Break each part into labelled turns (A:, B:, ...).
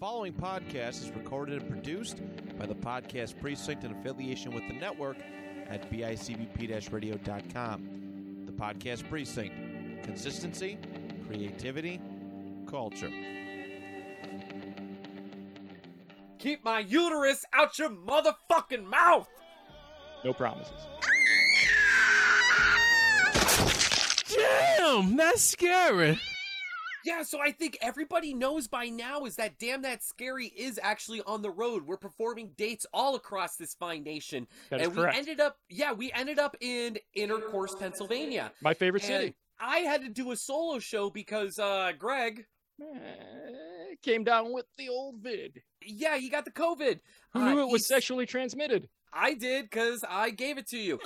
A: following podcast is recorded and produced by the podcast precinct in affiliation with the network at bicbp radio.com. The podcast precinct consistency, creativity, culture.
B: Keep my uterus out your motherfucking mouth.
C: No promises.
D: Damn, that's scary.
B: Yeah, so I think everybody knows by now is that Damn That Scary is actually on the road. We're performing dates all across this fine nation.
C: That is
B: and
C: correct.
B: we ended up yeah, we ended up in Intercourse, Pennsylvania.
C: My favorite
B: And
C: city
B: I had to do a solo show because uh Greg,
C: Eh, came down with the old vid.
B: yeah, he got the COVID.
C: Who
B: Uh,
C: knew it was
B: he's-
C: sexually transmitted?
B: I did because I gave it to you.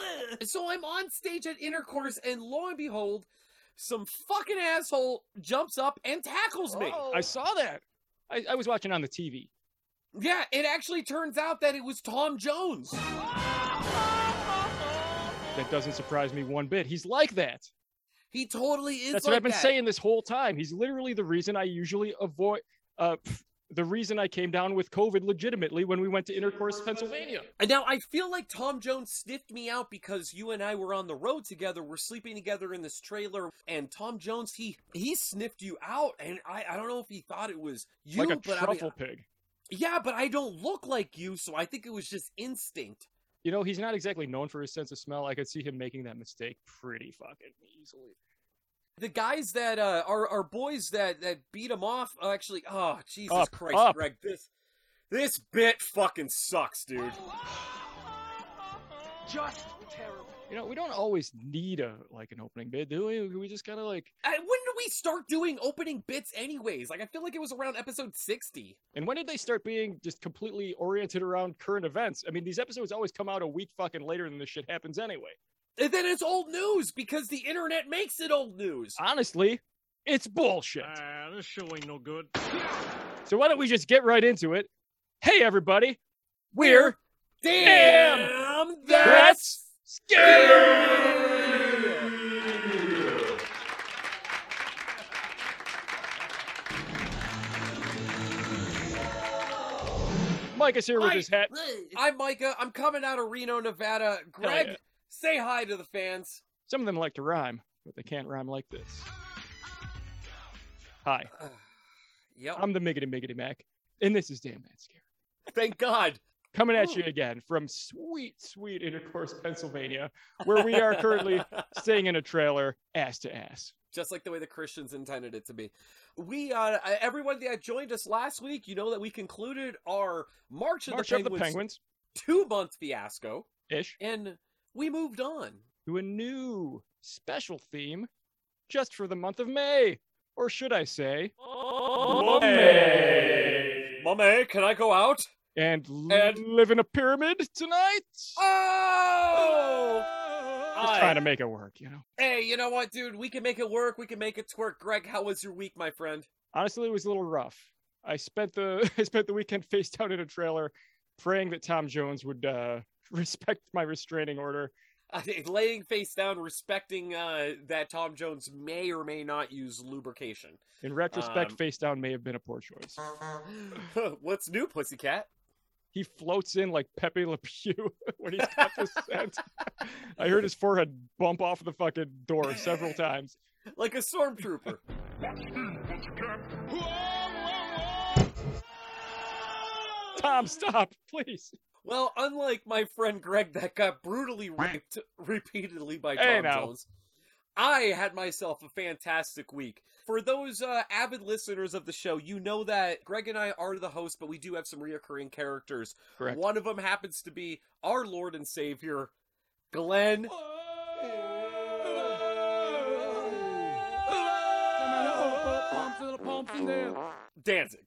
B: so I'm on stage at intercourse, and lo and behold, some fucking asshole jumps up and tackles me.
C: I saw that. I, I was watching on the TV.
B: Yeah, it actually turns out that it was Tom Jones.
C: That doesn't surprise me one bit. He's like that.
B: He totally is.
C: That's
B: like
C: what I've been
B: that.
C: saying this whole time. He's literally the reason I usually avoid. Uh, pff, the reason I came down with COVID legitimately when we went to Intercourse, Pennsylvania.
B: And now I feel like Tom Jones sniffed me out because you and I were on the road together. We're sleeping together in this trailer, and Tom Jones he he sniffed you out, and I I don't know if he thought it was you,
C: like a
B: but I mean,
C: truffle pig.
B: yeah, but I don't look like you, so I think it was just instinct.
C: You know, he's not exactly known for his sense of smell. I could see him making that mistake pretty fucking easily.
B: the guys that uh, are are boys that that beat him off. uh, actually, oh Jesus
C: Up,
B: Christ,
C: up.
B: Greg, this this bit fucking sucks, dude.
C: You know, we don't always need a like an opening bid, do we? We just gotta like.
B: I, when do we start doing opening bits, anyways? Like, I feel like it was around episode sixty.
C: And when did they start being just completely oriented around current events? I mean, these episodes always come out a week fucking later than this shit happens anyway.
B: And then it's old news because the internet makes it old news.
C: Honestly, it's bullshit.
E: Ah, this show ain't no good.
C: So why don't we just get right into it? Hey, everybody, we're
B: Damn, that's
C: that's scary. Mike is here with his hat.
B: I'm Micah. I'm coming out of Reno, Nevada. Greg,
C: yeah.
B: say hi to the fans.
C: Some of them like to rhyme, but they can't rhyme like this. Hi,
B: Yep.
C: I'm the Miggity Miggity Mac, and this is Damn That Scary.
B: Thank God.
C: Coming at you again from sweet, sweet Intercourse, Pennsylvania, where we are currently staying in a trailer, ass to ass.
B: just like the way the Christians intended it to be. We, uh, everyone that joined us last week, you know that we concluded our March of
C: March
B: the
C: of the
B: Penguins
C: Penguins
B: two month fiasco,
C: ish.
B: and we moved on.
C: to a new special theme just for the month of May. Or should I say,
B: Mummy, can I go out?
C: and, l-
B: And-
C: live in a pyramid tonight?
B: Oh!
C: Just
B: I-
C: trying to make it work, you know.
B: Hey, you know what, dude? We can make it work. We can make it twerk. Greg, how was your week, my friend?
C: Honestly, it was a little rough. I spent the I spent the weekend face down in a trailer, praying that Tom Jones would uh, respect my restraining order.
B: Uh, laying face down, respecting uh, that Tom Jones may or may not use lubrication.
C: In retrospect,
B: Um,
C: face down may have been a poor choice.
B: What's new, pussycat?
C: He floats in like Pepe Le Pew when he's got the scent. I heard his forehead bump off the fucking door several times.
B: Like a stormtrooper.
C: Tom, stop, please.
B: Well, unlike my friend Greg that got brutally raped repeatedly by Tom
C: Hey, now.
B: Jones, I had myself a fantastic week. For those uh, avid listeners of the show, you know that Greg and I are the host, but we do have some reoccurring characters.
C: Correct.
B: One of them happens to be our Lord and Savior, Glenn. Danzig.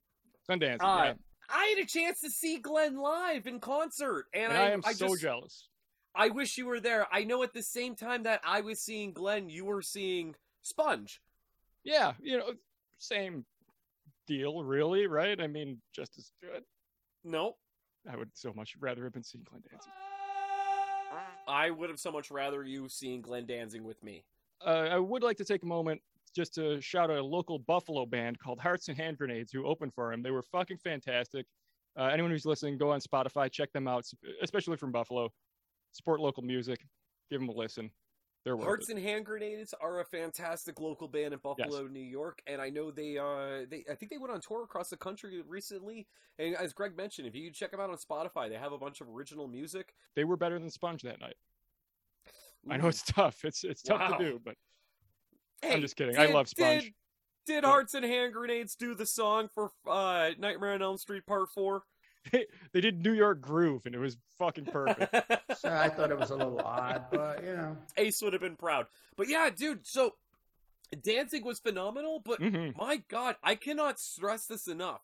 C: Sundance.
B: Uh,
C: yeah.
B: I had a chance to see Glenn live in concert, and,
C: And I am so
B: just,
C: jealous.
B: I wish you were there. I know at the same time that I was seeing Glenn, you were seeing Sponge.
C: Yeah, you know, same deal, really, right? I mean, just as good.
B: No,
C: I would so much rather have been seeing Glenn Danzig.
B: I would have so much rather you seeing Glenn dancing with me.
C: Uh, I would like to take a moment just to shout out a local Buffalo band called Hearts and Hand Grenades who opened for him. They were fucking fantastic. Uh, anyone who's listening, go on Spotify, check them out, especially from Buffalo. Support local music. Give them a listen. They're worth
B: Hearts
C: it.
B: and Hand Grenades are a fantastic local band in Buffalo, New York, and I know they uh they I think they went on tour across the country recently. And as Greg mentioned, if you check them out on Spotify, they have a bunch of original music.
C: They were better than Sponge that night. I know it's tough. It's it's tough
B: Wow.
C: to do, but
B: Hey,
C: I'm just kidding. I love Sponge.
B: Did, did
C: What?
B: Hearts and Hand Grenades do the song for uh Nightmare on Elm Street Part Four?
C: They did New York Groove, and it was fucking perfect.
D: So I thought it was a little odd, but you know.
B: Ace would have been proud. But yeah, dude. So Danzig was phenomenal, but
C: hmm
B: my god i cannot stress this enough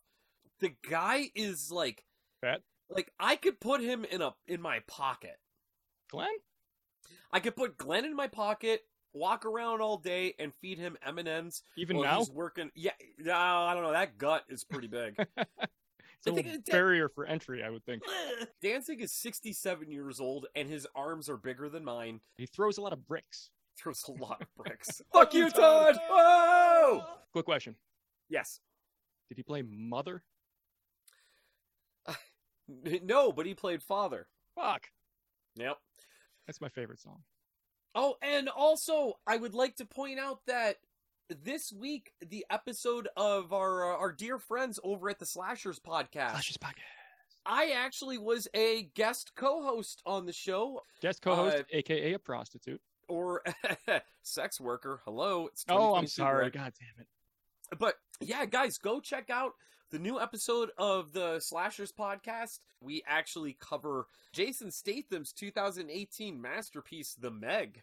B: the guy is like
C: Fat?
B: like i could put him in a in my pocket
C: Glenn,
B: i could put glenn in my pocket walk around all day and feed him m&ms
C: even
B: while
C: now,
B: he's working yeah no, i don't know that gut is pretty big
C: it's a
B: I think
C: little
B: it did-
C: barrier for entry, I would think.
B: danzig is 67 years old and his arms are bigger than mine
C: He throws a lot of bricks.
B: there's a lot of bricks fuck you todd whoa
C: Quick question:
B: yes
C: Did he play Mother?
B: no but he played father
C: Fuck,
B: yep
C: that's my favorite song.
B: Oh, and also, I would like to point out that this week the episode of our uh, our dear friends over at the Slashers podcast,
C: Flash's pocket.
B: I actually was a guest co-host on the show
C: Guest co-host,
B: Uh,
C: aka a prostitute.
B: or sex worker. Hello, it's
C: Oh, I'm
B: 2022,
C: sorry.
B: right?
C: God damn it.
B: But yeah, guys, go check out the new episode of the Slashers podcast. We actually cover Jason Statham's 2018 masterpiece, The Meg.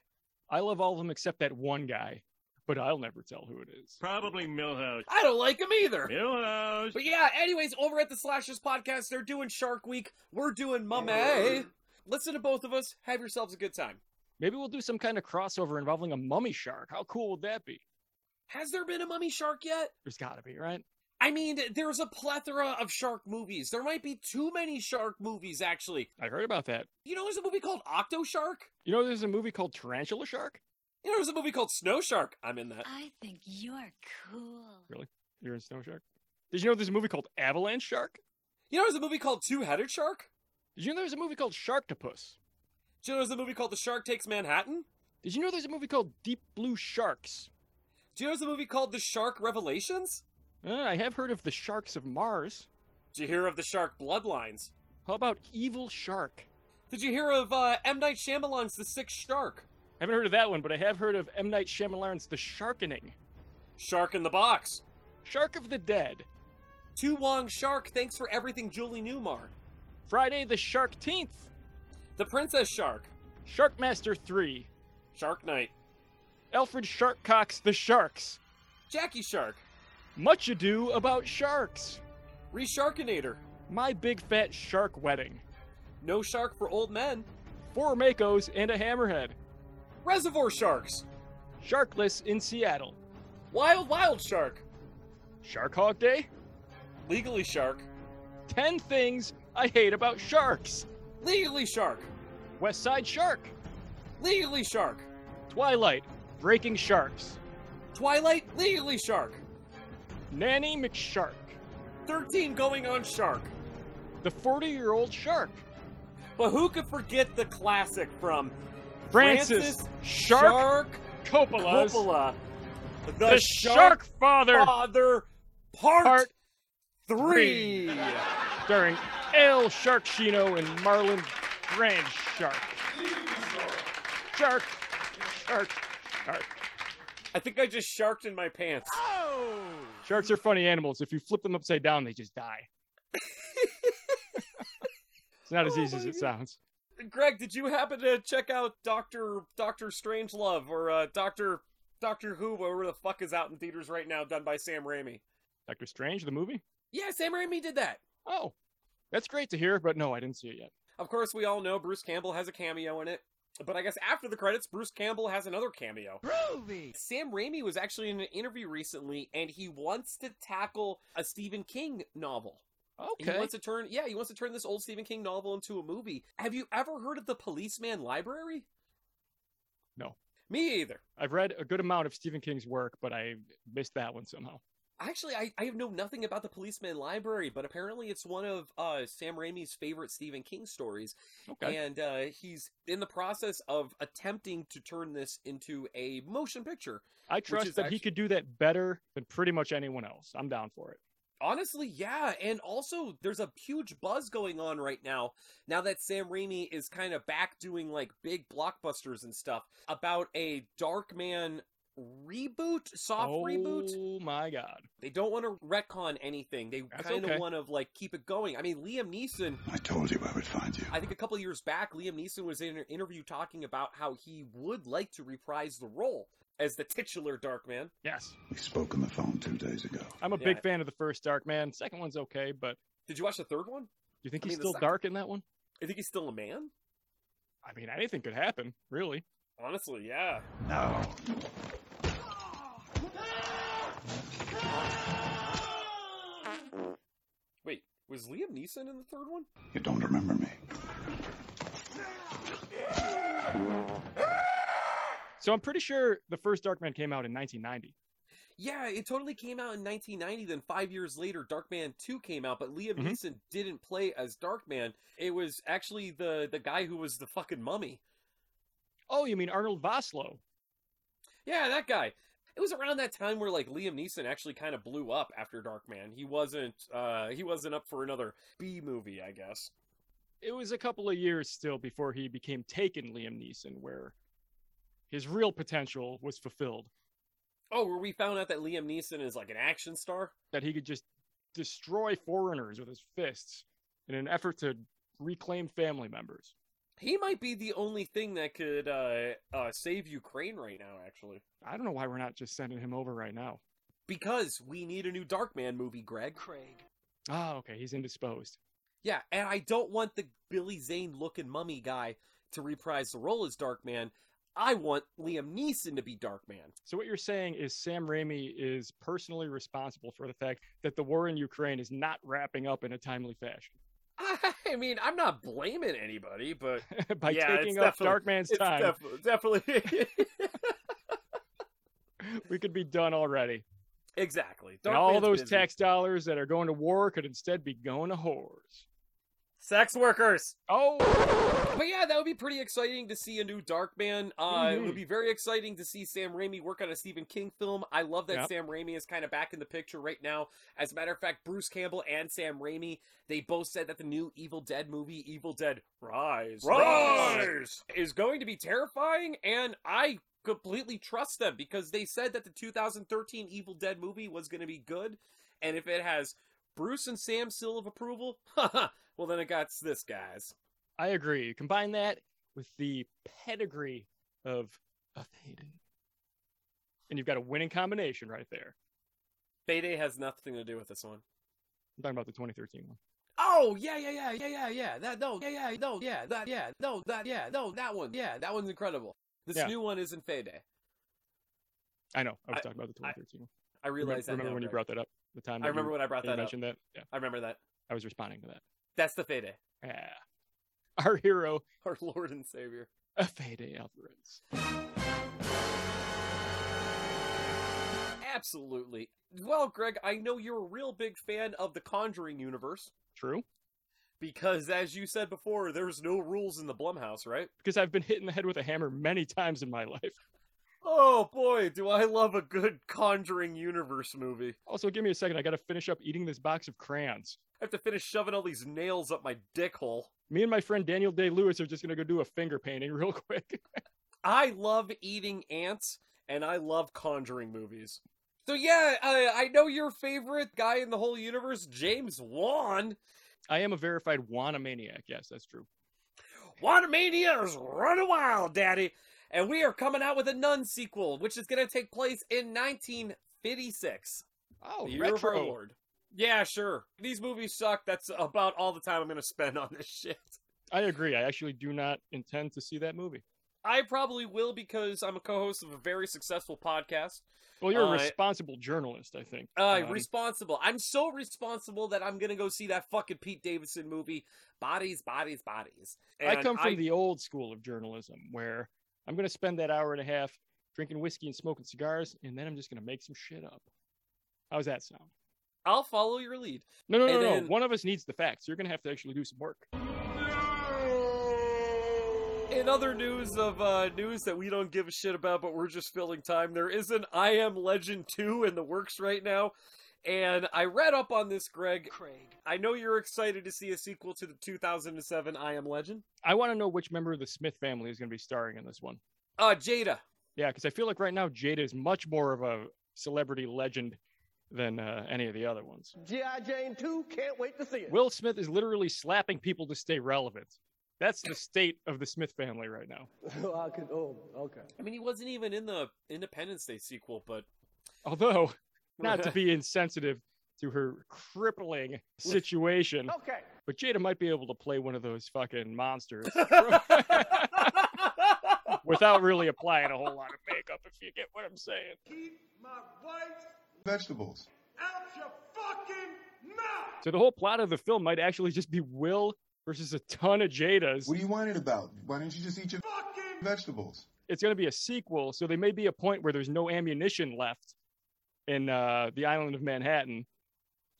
C: I love all of them except that one guy, but I'll never tell who it is.
E: Probably Millhouse.
B: I don't like him either.
E: Millhouse.
B: But yeah, anyways, over at the Slashers Podcast, they're doing Shark Week. We're doing Mummy. Listen to both of us. Have yourselves a good time.
C: Maybe we'll do some kind of crossover involving a mummy shark. How cool would that be?
B: Has there been a mummy shark yet?
C: There's got to be, right?
B: I mean, there's a plethora of shark movies. There might be too many shark movies, actually.
C: I heard about that.
B: You know, there's a movie called Octo Shark.
C: You know, there's a movie called Tarantula Shark.
B: You know, there's a movie called Snow Shark. I'm in that.
F: I think you're cool.
C: You're in Snow Shark. Did you know there's a movie called Avalanche Shark?
B: You know, there's a movie called Two Headed Shark.
C: Did you know there's a movie called Sharktopus?
B: Do you know, there's a movie called The Shark Takes Manhattan.
C: Did you know there's a movie called Deep Blue Sharks?
B: Do you know, there's a movie called The Shark Revelations.
C: Uh, I have heard of the Sharks of Mars.
B: Did you hear of The Shark Bloodlines?
C: How about Evil Shark?
B: Did you hear of uh, M. Night Shyamalan's The Sixth Shark?
C: I haven't heard of that one, but I have heard of M. Night Shyamalan's The Sharkening.
B: Shark in the Box.
C: Shark of the Dead.
B: Tu Wong Shark, thanks for everything, Julie Newmar.
C: Friday the Sharkteenth.
B: The Princess Shark.
C: Sharkmaster 3.
B: Shark Knight.
C: Alfred Sharkcox the Sharks.
B: Jackie Shark.
C: Much Ado About Sharks.
B: Resharkinator.
C: My Big Fat Shark Wedding.
B: No Shark for Old Men.
C: Four Makos and a Hammerhead.
B: Reservoir Sharks.
C: Sharkless in Seattle.
B: Wild Wild Shark.
C: Shark Hog Day.
B: Legally Shark.
C: 10 Things I Hate About Sharks.
B: Legally Shark.
C: West Side Shark.
B: Legally Shark.
C: Twilight. Breaking Sharks.
B: Twilight. Legally Shark.
C: Nanny McShark.
B: 13 Going on Shark.
C: The 40 year old shark.
B: But who could forget the classic from
C: Francis,
B: Francis
C: Shark, Coppola's
B: Coppola?
C: The, Shark, Father
B: Father Part,
C: Part
B: Three.
C: starring Al Sharkshino and Marlon Brand Shark. Shark, shark, shark.
B: I think I just sharked in my pants.
C: Sharks are funny animals. If you flip them upside down, they just die. it's not as
B: Oh
C: easy as
B: my
C: it
B: God.
C: sounds.
B: Greg, did you happen to check out Doctor Doctor Strangelove or uh, Doctor Doctor Who, whatever the fuck is out in theaters right now, done by Sam Raimi?
C: Doctor Strange, the movie?
B: Yeah, Sam Raimi did that.
C: Oh, that's great to hear, but no, I didn't see it yet.
B: Of course, we all know Bruce Campbell has a cameo in it. But I guess after the credits, Bruce Campbell has another cameo. Groovy! Sam Raimi was actually in an interview recently, and he wants to tackle a Stephen King novel. He
C: Okay.
B: wants to turn, yeah, he wants to turn this old Stephen King novel into a movie. Have you ever heard of the Policeman Library?
C: No.
B: Me either.
C: I've read a good amount of Stephen King's work, but I missed that one somehow.
B: Actually, I, I know nothing about the Policeman Library, but apparently it's one of uh, Sam Raimi's favorite Stephen King stories.
C: Okay.
B: And uh, he's in the process of attempting to turn this into a motion picture.
C: I
B: is
C: trust that
B: actu-
C: he could do that better than pretty much anyone else. I'm down for it.
B: Honestly, yeah. And also, there's a huge buzz going on right now, now that Sam Raimi is kind of back doing like big blockbusters and stuff, about a Darkman reboot, soft
C: oh
B: reboot.
C: my god.
B: They don't want to retcon anything. They
C: That's
B: kind of
C: okay.
B: want to like keep it going. I mean, Liam Neeson.
G: I told you I would find you.
B: I think a couple of years back, Liam Neeson was in an interview talking about how he would like to reprise the role as the titular Darkman.
C: Yes.
G: We spoke on the phone two days ago.
C: I'm a
B: Yeah.
C: big fan of the first Dark Man. Second one's okay, but do
B: Did you watch the third one?
C: you think
B: I
C: he's
B: mean, the
C: still
B: second-
C: dark in that one?
B: I think he's still a man.
C: I mean, anything could happen, really.
B: Honestly, yeah.
G: No.
B: Wait, was Liam Neeson in the third one?
G: You don't remember me.
C: So I'm pretty sure the first Dark Man came out in 1990.
B: Yeah, it totally came out in 1990. Then five years later, Darkman 2 came out, but Liam
C: Mhm.
B: Neeson didn't play as Darkman. It was actually the the guy who was the fucking mummy.
C: Oh, you mean Arnold Vosloo?
B: Yeah, that guy. It was around that time where like Liam Neeson actually kind of blew up after Darkman. He wasn't uh he wasn't up for another B movie, I guess.
C: It was a couple of years still before he became taken Liam Neeson, where his real potential was fulfilled,
B: Oh, where we found out that Liam Neeson is like an action star.
C: that he could just destroy foreigners with his fists in an effort to reclaim family members.
B: He might be the only thing that could uh uh save Ukraine right now actually.
C: I don't know why we're not just sending him over right now.
B: Because we need a new Darkman movie, Greg.
C: Ah, okay, he's indisposed.
B: Yeah, and I don't want the Billy Zane looking mummy guy to reprise the role as Darkman. I want Liam Neeson to be Darkman.
C: So what you're saying is Sam Raimi is personally responsible for the fact that the war in Ukraine is not wrapping up in a timely fashion
B: I mean, I'm not blaming anybody, but
C: by
B: Yeah, it's
C: taking up
B: definitely-
C: Darkman's
B: it's
C: time.
B: def- definitely
C: we could be done already.
B: exactly.
C: And
B: Darkman's
C: all those
B: busy.
C: tax dollars that are going to war could instead be going to whores.
B: sex workers.
C: Oh,
B: But yeah, that would be pretty exciting to see a new Darkman. Uh, It
C: Mhm.
B: would be very exciting to see Sam Raimi work on a Stephen King film. I love that
C: Yep.
B: Sam Raimi is kind of back in the picture right now. As a matter of fact, Bruce Campbell and Sam Raimi they both said that the new Evil Dead movie, Evil Dead Rise, Rise, is going to be terrifying, and I completely trust them because they said that the 2013 Evil Dead movie was going to be good, and if it has Bruce and Sam's seal of approval, well then it got this guys.
C: I agree. Combine that with the pedigree of of Hayden, and you've got a winning combination right there.
B: Payday has nothing to do with this one.
C: I'm talking about the 2013 one.
B: Oh yeah yeah yeah yeah yeah yeah that no yeah yeah no yeah that yeah no that yeah no that one yeah that one's incredible. This
C: Yeah.
B: new one isn't Payday.
C: I know. I was
B: I-
C: talking about the
B: I
C: 2013 one.
B: I realize
C: remember, remember
B: that. now,
C: when you
B: Greg.
C: brought that up? The time
B: I
C: that
B: remember
C: you,
B: when I brought
C: you
B: that up.
C: mentioned that. Yeah,
B: I remember that.
C: I was responding to that.
B: That's the Payday,
C: Yeah. Our hero,
B: our Lord and Savior.
C: Fede Alvarez.
B: Absolutely. Well, Greg, I know you're a real big fan of the Conjuring universe
C: True,
B: because, as you said before, there's no rules in the Blumhouse, right?
C: because I've been hit in the head with a hammer many times in my life.
B: Oh boy, do I love a good Conjuring universe movie.
C: Also, give me a second. I got to finish up eating this box of crayons.
B: I have to finish shoving all these nails up my dick hole.
C: Me and my friend Daniel Day Lewis are just gonna go do a finger painting real quick.
B: I love eating ants and I love conjuring movies. So yeah, I, I know your favorite guy in the whole universe, James Wan.
C: I am a verified Wanamaniac. Yes, that's true.
B: Wanamania is running wild, daddy. And we are coming out with a Nun sequel, which is going to take place in 1956.
C: Oh,
B: the year of our Lord. Yeah, sure. These movies suck. That's about all the time I'm going to spend on this shit.
C: I agree. I actually do not intend to see that movie.
B: I probably will because I'm a co-host of a very successful podcast.
C: Well, you're
B: Uh,
C: a responsible journalist, I think.
B: Uh,
C: Um,
B: responsible. I'm so responsible that I'm gonna go see that fucking Pete Davidson movie, Bodies, Bodies, Bodies.
C: I
B: And
C: come from the old school of journalism where I'm going to spend that hour and a half drinking whiskey and smoking cigars, and then I'm just going to make some shit up. How's that sound?
B: I'll follow your lead.
C: No, no,
B: And
C: no, no.
B: then-
C: One of us needs the facts. You're going to have to actually do some work.
B: In other news of uh, news that we don't give a shit about, but we're just filling time, there is an I Am Legend 2 in the works right now. And I read up on this, Greg.
H: Craig.
B: I know you're excited to see a sequel to the 2007 I Am Legend.
C: I want to know which member of the Smith family is going to be starring in this one.
B: Uh, Jada.
C: Yeah, because I feel like right now Jada is much more of a celebrity legend than uh, any of the other ones.
H: G.I. Jane 2, can't wait to see it.
C: Will Smith is literally slapping people to stay relevant. That's the state of the Smith family right now.
H: oh, I could, oh, okay.
B: I mean, he wasn't even in the Independence Day sequel, but
C: Although, not to be insensitive to her crippling situation,
H: Okay.
C: but Jada might be able to play one of those fucking monsters without really applying a whole lot of makeup, if you get what I'm saying.
G: Vegetables.
C: So the whole plot of the film might actually just be Will versus a ton of Jadas.
G: What are you whining about? Why didn't you just eat your fucking vegetables?
C: it's going to be a sequel, so there may be a point where there's no ammunition left in uh, the island of Manhattan.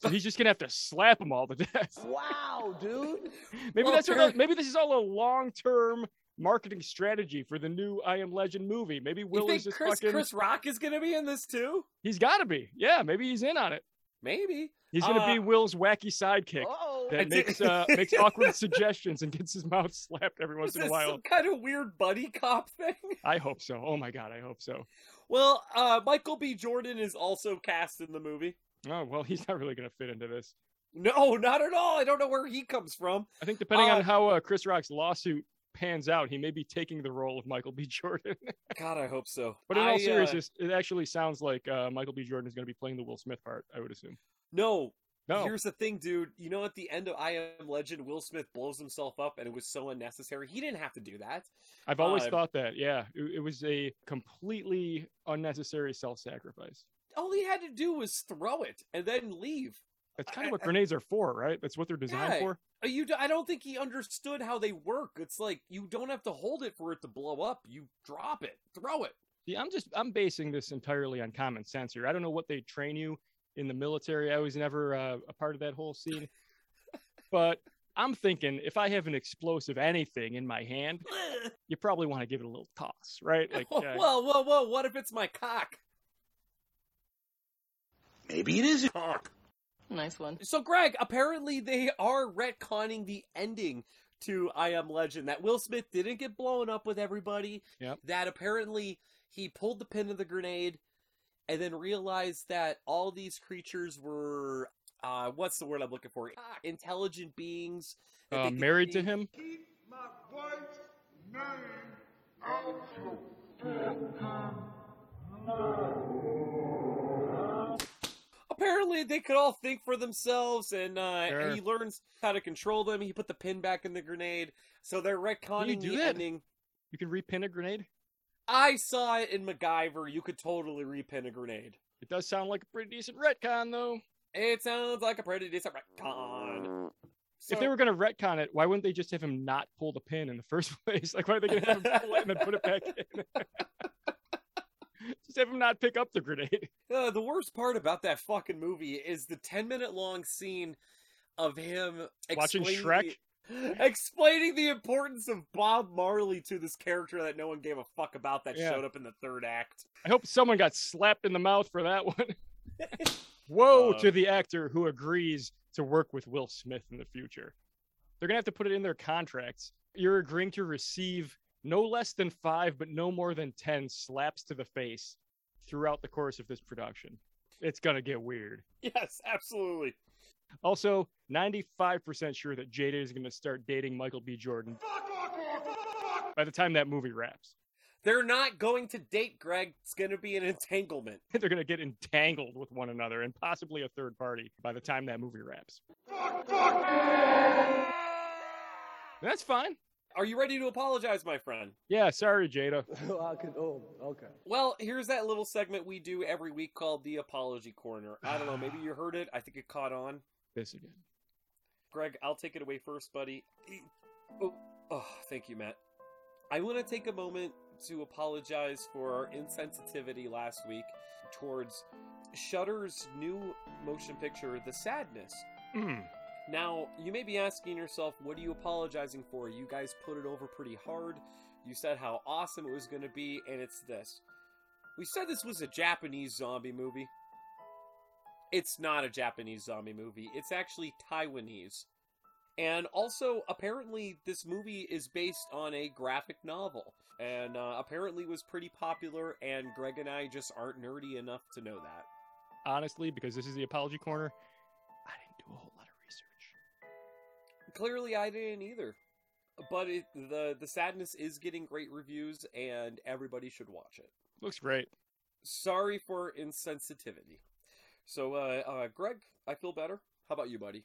C: So he's just going to have to slap them all to death.
H: Wow, dude.
C: Maybe
B: Well,
C: that's what
B: apparent-
C: maybe this is all a long-term marketing strategy for the new I Am Legend movie. Maybe Will
B: you
C: is
B: think
C: just
B: Chris,
C: fucking
B: Chris Rock is going to be in this too?
C: He's got to be. Yeah, maybe he's in on it.
B: Maybe.
C: He's going to
B: Uh,
C: be Will's wacky sidekick
H: Oh,
B: I
C: that
B: did-
C: makes uh, makes awkward suggestions and gets his mouth slapped every
B: Was
C: once in
B: this
C: a while.
B: some kind of weird buddy cop thing?
C: I hope so. Oh my god, I hope so.
B: Well, uh, Michael B. Jordan is also cast in the movie.
C: Oh, well, he's not really going to fit into this.
B: No, not at all. I don't know where he comes from.
C: I think depending
B: Uh,
C: on how uh, Chris Rock's lawsuit pans out, he may be taking the role of Michael B. Jordan.
B: God, I hope so.
C: but in all
B: I, uh,
C: seriousness, it actually sounds like uh, Michael B. Jordan is going to be playing the Will Smith part. I would assume.
B: no,
C: No,
B: Here's the thing, dude. You know, at the end of I Am Legend, Will Smith blows himself up, and it was so unnecessary. He didn't have to do that.
C: I've always
B: uh,
C: thought that. Yeah, it, it was a completely unnecessary self-sacrifice.
B: All he had to do was throw it and then leave.
C: That's kind
B: I-
C: of what
B: I-
C: grenades are for, right? That's what they're designed
B: Yeah.
C: for.
B: Uh, You, d- I don't think he understood how they work. It's like you don't have to hold it for it to blow up. You drop it, throw it.
C: See, I'm just I'm basing this entirely on common sense here. I don't know what they train you in the military. I was never uh, a part of that whole scene, but I'm thinking if I have an explosive anything in my hand, you probably want to give it a little toss, right? Like,
B: whoa,
C: uh,
B: whoa, whoa, whoa! What if it's my cock?
G: Maybe it is.
B: Cock.
I: Nice one.
B: So, Greg, apparently they are retconning the ending to I Am Legend that Will Smith didn't get blown up with everybody.
C: Yep.
B: That apparently he pulled the pin of the grenade and then realized that all these creatures were uh, what's the word I'm looking for? Intelligent beings. that
C: uh,
B: they could
C: married to
B: see.
C: him.
B: Apparently, they could all think for themselves, and, uh,
C: Sure.
B: and he learns how to control them. He put the pin back in the grenade, so they're retconning
C: do
B: the
C: that?
B: ending.
C: You can repin a grenade.
B: I saw it in MacGyver. You could totally repin a grenade.
C: It does sound like a pretty decent retcon, though.
B: It sounds like a pretty decent retcon.
C: if they were going to retcon it, why wouldn't they just have him not pull the pin in the first place? Like, why are they going to have him pull it and then put it back in? just have him not pick up the grenade.
B: Uh, the worst part about that fucking movie is the ten minute long scene of him
C: Watching
B: explaining the-
C: Shrek?
B: explaining the importance of Bob Marley to this character that no one gave a fuck about that
C: Yeah.
B: showed up in the third act.
C: I hope someone got slapped in the mouth for that one. Woe
B: Uh,
C: to the actor who agrees to work with Will Smith in the future. They're going to have to put it in their contracts. You're agreeing to receive no less than five, but no more than 10 slaps to the face throughout the course of this production. It's going to get weird.
B: Yes, absolutely.
C: Also, 95% sure that Jada is going to start dating Michael B. Jordan by the time that movie wraps.
B: They're not going to date Greg. It's gonna be an entanglement.
C: They're going to get entangled with one another and possibly a third party by the time that movie wraps. And That's fine.
B: Are you ready to apologize, my friend?
C: Yeah, sorry, Jada.
H: Oh, I could, oh, okay.
B: Well, here's that little segment we do every week called the Apology Corner. I don't know, maybe you heard it. I think it caught on.
C: This again.
B: Greg, I'll take it E-, away first, buddy. Oh, oh, thank you, Matt. I want to take a moment to apologize for our insensitivity last week towards Shudder's new motion picture, The Sadness.
C: Mm.
B: Now, you may be asking yourself, what are you apologizing for? You guys put it over pretty hard. You said how awesome it was going to be, and it's this. We said this was a Japanese zombie movie. It's not a Japanese zombie movie, it's actually Taiwanese. And also, apparently, this movie is based on a graphic novel, and uh, apparently was pretty popular, and Greg and I just aren't nerdy enough to know that.
C: Honestly, because this is the apology corner, I didn't do a whole lot of research.
B: clearly I didn't either. But it, the the sadness is getting great reviews, and everybody should watch it.
C: Looks great.
B: Sorry for insensitivity. So, uh, uh, Greg, I feel better. How about you, buddy?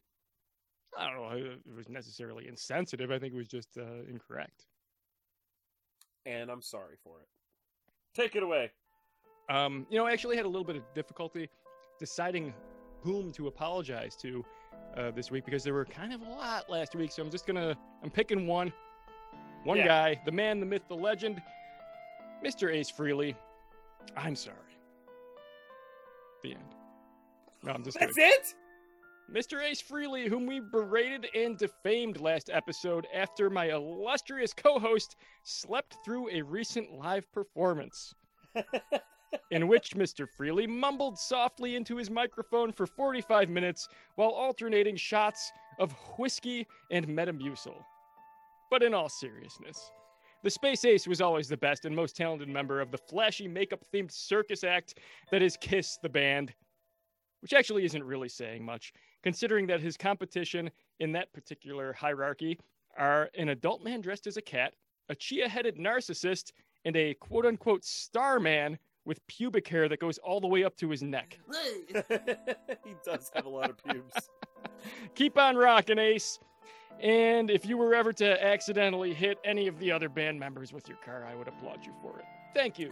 C: I don't know if it was necessarily insensitive. I think it was just uh, incorrect.
B: And I'm sorry for it. Take it away.
C: Um, you know, I actually had a little bit of difficulty deciding whom to apologize to uh, this week because there were kind of a lot last week. So I'm just gonna I'm picking one, one
B: Yeah.
C: guy, the man, the myth, the legend, Mr. Ace Freely. I'm sorry. The end. No, I'm just kidding.
B: That's it.
C: Mr. Ace Freely, whom we berated and defamed last episode after my illustrious co host slept through a recent live performance, in which Mr. Freely mumbled softly into his microphone for 45 minutes while alternating shots of whiskey and Metamucil. But in all seriousness, the Space Ace was always the best and most talented member of the flashy makeup themed circus act that is Kiss the Band, which actually isn't really saying much considering that his competition in that particular hierarchy are an adult man dressed as a cat, a chia headed narcissist, and a quote unquote star man with pubic hair that goes all the way up to his neck.
B: he does have a lot of pubes.
C: Keep on rocking, Ace. And if you were ever to accidentally hit any of the other band members with your car, I would applaud you for it. Thank you.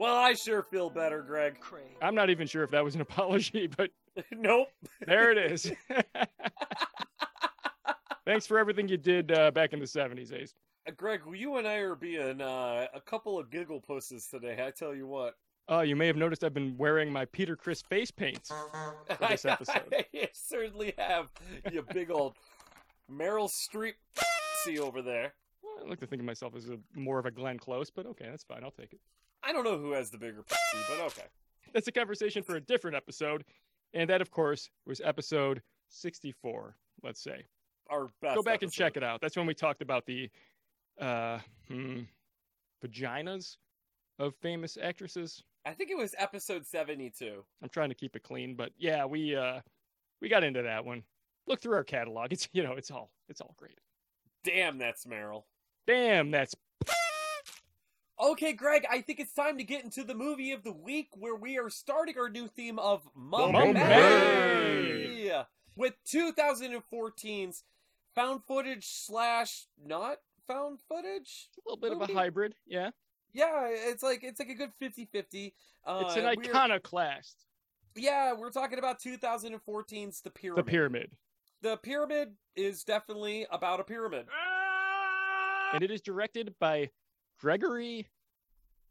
B: Well, I sure feel better, Greg.
C: I'm not even sure if that was an apology, but
B: nope.
C: there it is. Thanks for everything you did uh, back in the 70s, Ace.
B: Uh, Greg, you and I are being uh, a couple of giggle pusses today. I tell you what.
C: Oh, you may have noticed I've been wearing my Peter Chris face paints. this episode.
B: you certainly have, you big old Meryl Streep see over there.
C: I like to think of myself as a, more of a Glenn Close, but okay, that's fine. I'll take it.
B: I don't know who has the bigger pussy, but okay.
C: That's a conversation for a different episode. And that, of course, was episode 64, let's say.
B: Our best.
C: Go back and check it out. That's when we talked about the uh, hmm, vaginas of famous actresses.
B: I think it was episode seventy-two.
C: I'm trying to keep it clean, but yeah, we uh, we got into that one. Look through our catalog. It's you know, it's all it's all great.
B: Damn, that's Meryl.
C: Damn, that's
B: Okay, Greg, I think it's time to get into the movie of the week where we are starting our new theme of
C: Mumbai.
B: Mumbai with 2014's found footage slash not found footage.
C: a little bit of
B: Okay.
C: a hybrid. Yeah.
B: Yeah, it's like it's like a good 50-50. Uh,
C: It's an
B: we're-
C: iconoclast.
B: Yeah, we're talking about 2014's The Pyramid.
C: The pyramid.
B: The Pyramid is definitely about a pyramid.
C: And it is directed by Gregory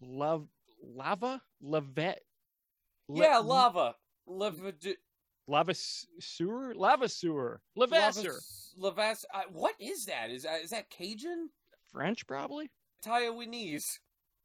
C: Love Lava Levet. Le-
B: yeah, lava. Lava.
C: Lava sewer? Lava sewer. Lavasser.
B: Lavas. Uh, what is that? Is that is that Cajun?
C: French, probably?
B: Taiwanese.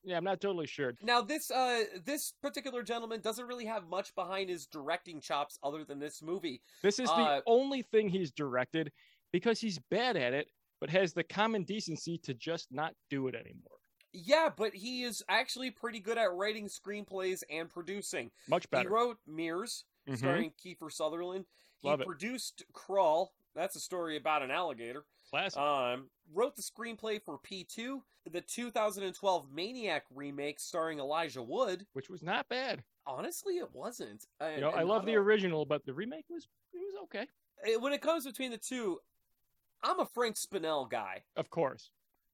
C: Yeah, I'm not totally sure.
B: Now this uh this particular gentleman doesn't really have much behind his directing chops other than this movie.
C: This is the
B: Uh,
C: only thing he's directed because he's bad at it, but has the common decency to just not do it anymore.
B: Yeah, but he is actually pretty good at writing screenplays and producing.
C: Much better.
B: He wrote Mirrors,
C: Mhm.
B: starring Kiefer Sutherland. He
C: Love it.
B: produced Crawl. That's a story about an alligator.
C: Classic.
B: Um, wrote the screenplay for P2, the 2012 Maniac remake starring Elijah Wood.
C: which was not bad.
B: Honestly, it wasn't. Uh,
C: You know, I love the original, but the remake was it was okay.
B: original. When it comes between the two, I'm a Frank Spinell guy.
C: Of course.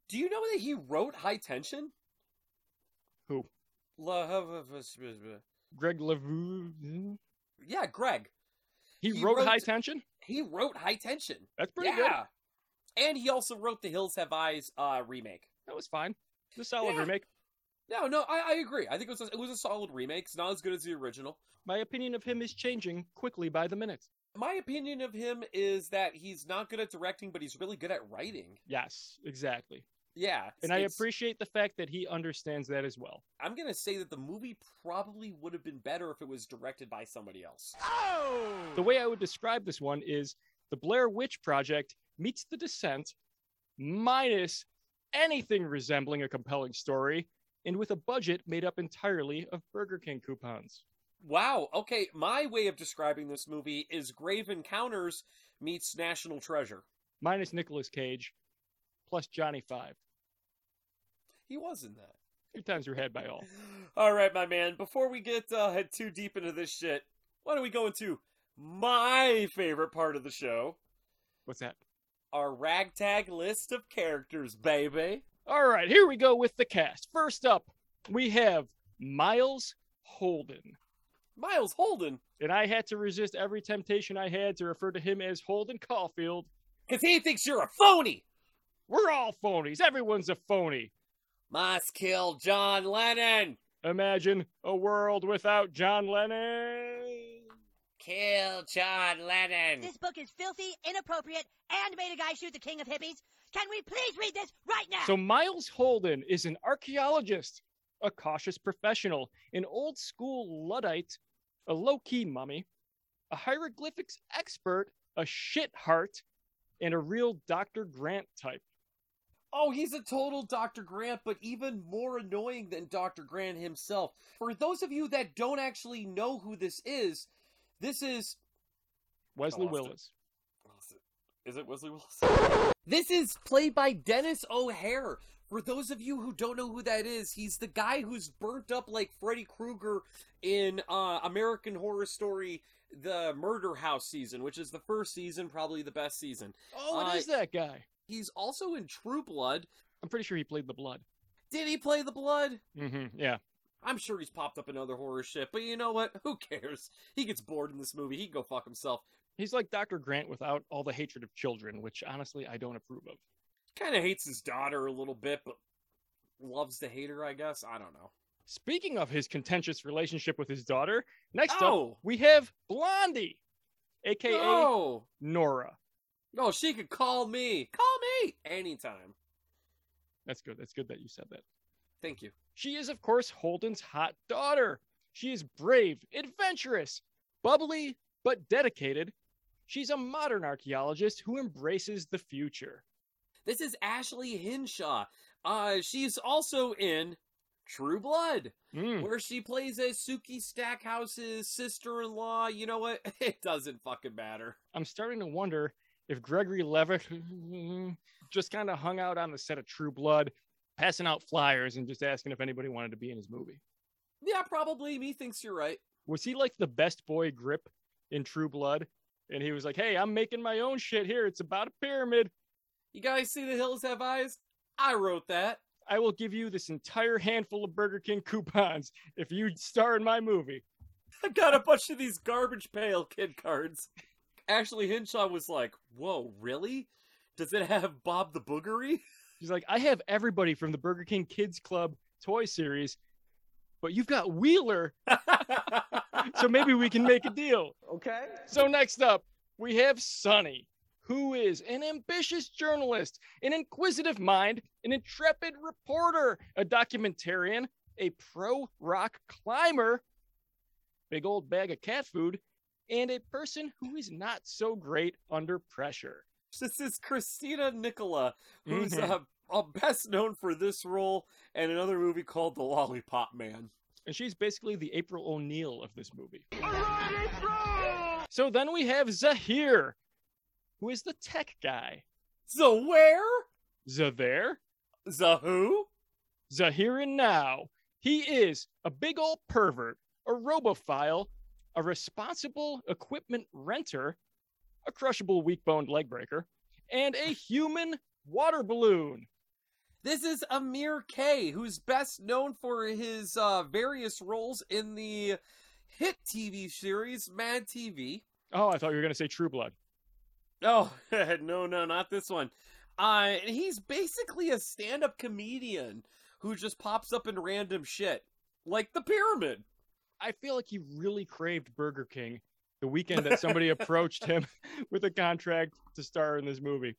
B: Do you know that he wrote High Tension?
C: Who?
B: La- ha- ha- ha- s- s- s-
C: Greg Levu.
B: Yeah, Greg.
C: He,
B: He
C: wrote,
B: wrote-
C: High Tension.
B: He wrote High Tension.
C: That's pretty
B: yeah. And he also wrote The Hills Have Eyes uh, remake.
C: good. That was fine. It was a solid
B: Yeah.
C: remake.
B: No, no, I, I agree. I think it was a, it was a solid remake. It's not as good as the original.
C: My opinion of him is changing quickly by the minute.
B: My opinion of him is that he's not good at directing, but he's really good at writing.
C: Yes, exactly.
B: Yeah,
C: And I
B: it's-
C: appreciate the fact that he understands that as well.
B: I'm gonna say that the movie probably would have been better if it was directed by somebody else.
C: The way I would describe this one is the Blair Witch Project meets The Descent, minus anything resembling a compelling story, and with a budget made up entirely of Burger King coupons.
B: Wow. Okay, my way of describing this movie is Grave Encounters meets National Treasure.
C: Minus Nicolas Cage, plus Johnny Five.
B: He was in that.
C: Three times your head by all.
B: All right, my man. Before we get uh, head too deep into this shit, why don't we go into my favorite part of the show?
C: What's that?
B: Our ragtag list of characters, baby.
C: All right, here we go with the cast. First up, we have Miles Holden.
B: Miles Holden,
C: And I had to resist every temptation I had to refer to him as Holden Caulfield.
B: because he thinks you're a phony.
C: We're all phonies. Everyone's a phony.
B: Must kill John Lennon.
C: Imagine a world without John Lennon.
B: Kill John Lennon.
I: This book is filthy, inappropriate, and made a guy shoot the king of hippies. Can we please read this right now?
C: So Miles Holden is an archaeologist, a cautious professional, an old school Luddite, a low key mummy, a hieroglyphics expert, a shit heart, and a real Dr. Grant type.
B: Oh, he's a total Dr. Grant, but even more annoying than Dr. Grant himself. For those of you that don't actually know who this is, this is.
C: Wesley
B: lost it.
C: Willis.
B: Is it Wesley Willis? This is played by Dennis O'Hare. For those of you who don't know who that is, he's the guy who's burnt up like Freddy Krueger in uh, American Horror Story, the Murder House season, which is the first season, probably the best season.
C: Oh, what is
B: Uh,
C: that guy?
B: He's also in True Blood.
C: I'm pretty sure he played the blood.
B: Did he play the blood?
C: Mm-hmm. Yeah.
B: I'm sure he's popped up in other horror shit, but you know what? Who cares? He gets bored in this movie. He can go fuck himself.
C: He's like Dr. Grant without all the hatred of children, which honestly I don't approve of.
B: Kind of hates his daughter a little bit, but loves the hater, I guess. I don't know.
C: Speaking of his contentious relationship with his daughter, next up
B: oh,
C: we have Blondie, aka
B: no.
C: Nora.
B: No, she could call me. Call me anytime.
C: That's good. That's good that you said that.
B: Thank you.
C: She is, of course, Holden's hot daughter. She is brave, adventurous, bubbly, but dedicated. She's a modern archaeologist who embraces the future.
B: This is Ashley Hinshaw. Uh, she's also in True Blood,
C: Mm.
B: where she plays as Suki Stackhouse's sister-in-law. You know what? It doesn't fucking matter.
C: I'm starting to wonder if Gregory Levitt just kind of hung out on the set of True Blood, passing out flyers and just asking if anybody wanted to be in his movie.
B: Yeah, probably. Me thinks you're right.
C: Was he like the best boy grip in True Blood? And he was like, hey, I'm making my own shit here. It's about a pyramid.
B: You guys see the hills have eyes? I wrote that.
C: I will give you this entire handful of Burger King coupons if you star in my movie.
B: I got a bunch of these garbage pail kid cards. Ashley Hinshaw was like, Whoa, really? Does it have Bob the Boogery?
C: She's like, I have everybody from the Burger King Kids Club toy series, but you've got Wheeler, so maybe we can make a deal.
H: Okay.
C: So next up, we have Sonny, who is an ambitious journalist, an inquisitive mind, an intrepid reporter, a documentarian, a pro rock climber, big old bag of cat food, and a person who is not so great under pressure.
B: this is Christina Nicola, who's
C: Mhm.
B: uh, uh, best known for this role and another movie called The Lollipop Man.
C: And she's basically the April O'Neil of this movie. So then we have Zahir, who is the tech guy.
B: The where?
C: Zahir?
B: The who?
C: Zahir and now. He is a big old pervert, a robophile, a responsible equipment renter, a crushable weak boned leg breaker, and a human water balloon.
B: This is Amir K, who's best known for his uh, various roles in the hit TV series Mad TV.
C: Oh, I thought you were going to say True Blood.
B: Oh, no, no, not this one. Uh, and he's basically a stand up comedian who just pops up in random shit, like the pyramid.
C: I feel like he really craved Burger King the weekend that somebody approached him with a contract to star in this movie.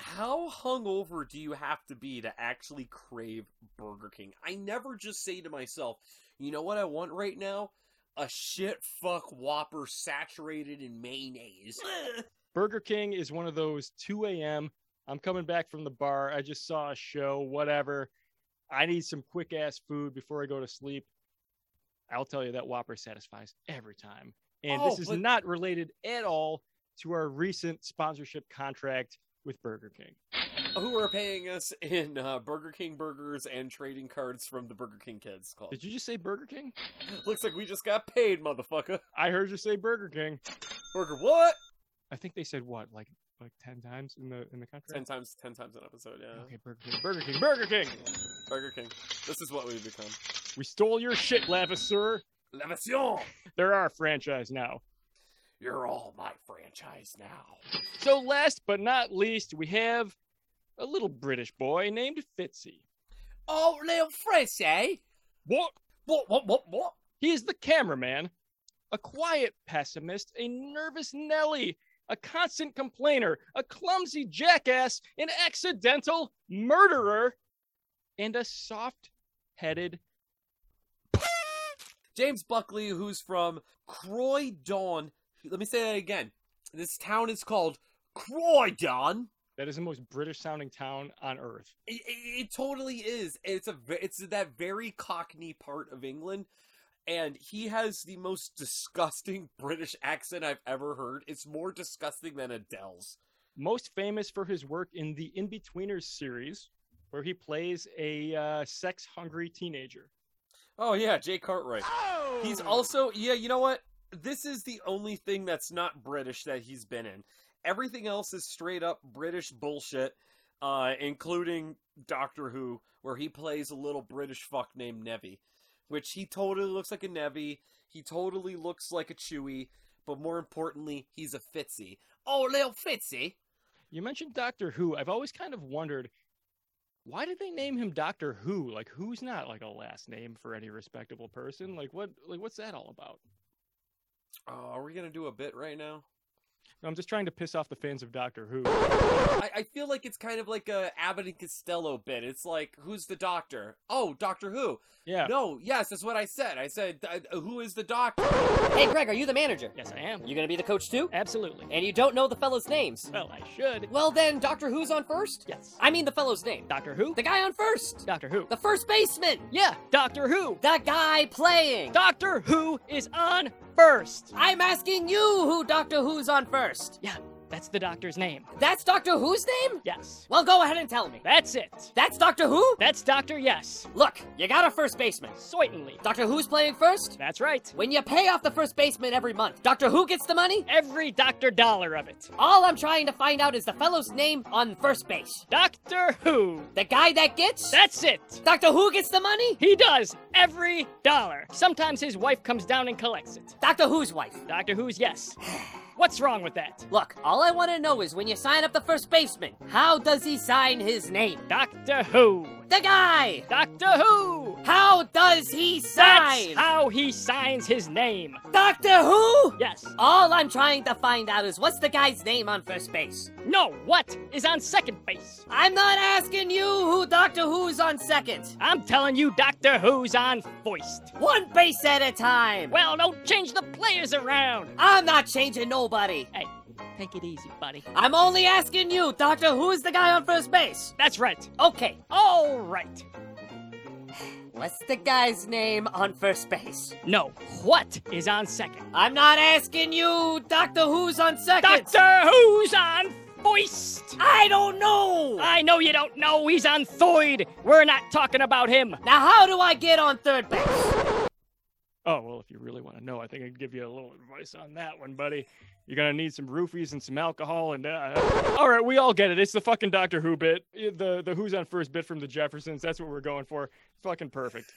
B: How hungover do you have to be to actually crave Burger King? I never just say to myself, you know what I want right now? A shit fuck whopper saturated in mayonnaise.
C: Burger King is one of those 2 a.m. I'm coming back from the bar. I just saw a show, whatever. I need some quick ass food before I go to sleep. I'll tell you that Whopper satisfies every time. And
B: Oh,
C: this is
B: but-
C: not related at all to our recent sponsorship contract with Burger King.
B: who are paying us in uh, Burger King burgers and trading cards from the Burger King Kids Club.
C: Did you just say Burger King?
B: Looks like we just got paid, motherfucker.
C: I heard you say Burger King.
B: Burger what?
C: I think they said what, like like ten times in the in the contract.
B: Ten uh, times, ten times an episode. Yeah,
C: Okay, Burger King, Burger King, Burger King.
B: Burger King. This is what we've become.
C: We stole your shit, Levasseur.
B: La Mission.
C: They're our franchise now.
B: You're all my franchise now.
C: So last but not least, we have a little British boy named Fitzy.
B: Oh, little Fresh, eh?
C: What?
B: What? What? What? What?
C: He is the cameraman, a quiet pessimist, a nervous Nelly, a constant complainer, a clumsy jackass, an accidental murderer, and a soft-headed.
B: James Buckley, who's from Croydon. Let me say that again. This town is called Croydon.
C: That is the most British-sounding town on earth.
B: It, it, it totally is. It's a ve- it's that very Cockney part of England, and he has the most disgusting British accent I've ever heard. It's more disgusting than Adele's.
C: most famous for his work in the Inbetweeners series, where he plays a uh, sex hungry teenager.
B: Oh yeah, Jay Cartwright. He's also yeah. You know what? This is the only thing that's not British that he's been in. Everything else is straight up British bullshit, uh, including Doctor Who, where he plays a little British fuck named Nevy, which he totally looks like a Nevy. He totally looks like a Chewy, but more importantly, he's a Fitzy. Oh, little Fitzy.
C: You mentioned Doctor Who. I've always kind of wondered why did they name him Doctor Who? Like, who's not like a last name for any respectable person? Like, what? Like, what's that all about?
B: Oh, are we gonna do a bit right now?
C: I'm just trying to piss off the fans of Doctor Who.
B: I, I feel like it's kind of like a Abbott and Costello bit. It's like, who's the doctor? Oh, Doctor Who.
C: Yeah.
B: No, yes, that's what I said. I said, uh, who is the doctor?
J: Hey, Greg, are you the manager?
C: Yes, I am.
J: You gonna be the coach too?
C: Absolutely.
J: And you don't know the fellow's names?
C: Well, I should.
J: Well, then, Doctor Who's on first?
C: Yes.
J: I mean, the fellow's name.
C: Doctor Who.
J: The guy on first!
C: Doctor Who.
J: The first baseman!
C: yeah, Doctor Who.
J: The guy playing!
C: Doctor Who is on first.
J: I'm asking you who Doctor Who's on first!
C: Yeah, that's the Doctor's name.
J: That's Doctor Who's name?
C: Yes.
J: Well, Oh, go ahead and tell me.
C: That's it.
J: That's Doctor Who?
C: That's Dr. Yes.
J: Look, you got a first baseman.
C: Certainly.
J: Doctor Who's playing first?
C: That's right.
J: When you pay off the first baseman every month, Doctor Who gets the money?
C: Every Dr. Dollar of it.
J: All I'm trying to find out is the fellow's name on first base.
C: Doctor Who.
J: The guy that gets?
C: That's it.
J: Doctor Who gets the money?
C: He does every dollar. Sometimes his wife comes down and collects it.
J: Doctor Who's wife.
C: Doctor Who's yes. What's wrong with that?
J: Look, all I want to know is when you sign up the first baseman, how does he sign his name?
C: Doctor Who.
J: The guy!
C: Doctor Who.
J: How does he
C: That's
J: sign?
C: how he signs his name.
J: Doctor Who?
C: Yes.
J: All I'm trying to find out is what's the guy's name on first base.
C: No, what is on second base?
J: I'm not asking you who Doctor Who's on second.
C: I'm telling you, Doctor Who's on first.
J: One base at a time.
C: Well, don't change the players around.
J: I'm not changing nobody.
C: Hey, take it easy, buddy.
J: I'm only asking you, Doctor, who's the guy on first base?
C: That's right.
J: Okay,
C: All right.
J: what's the guy's name on first base?
C: No. What is on second?
J: I'm not asking you, Doctor, who's on second.
C: Doctor Who's on foist?
J: I don't know.
C: I know you don't know. He's on thoid. We're not talking about him.
J: now, how do I get on third base?
C: Oh, well, if you really want to know, I think I can give you a little advice on that one, buddy. You're going to need some roofies and some alcohol and. Uh... all right, we all get it. It's the fucking Doctor Who bit. The, the Who's on first bit from the Jeffersons. That's what we're going for. Fucking perfect.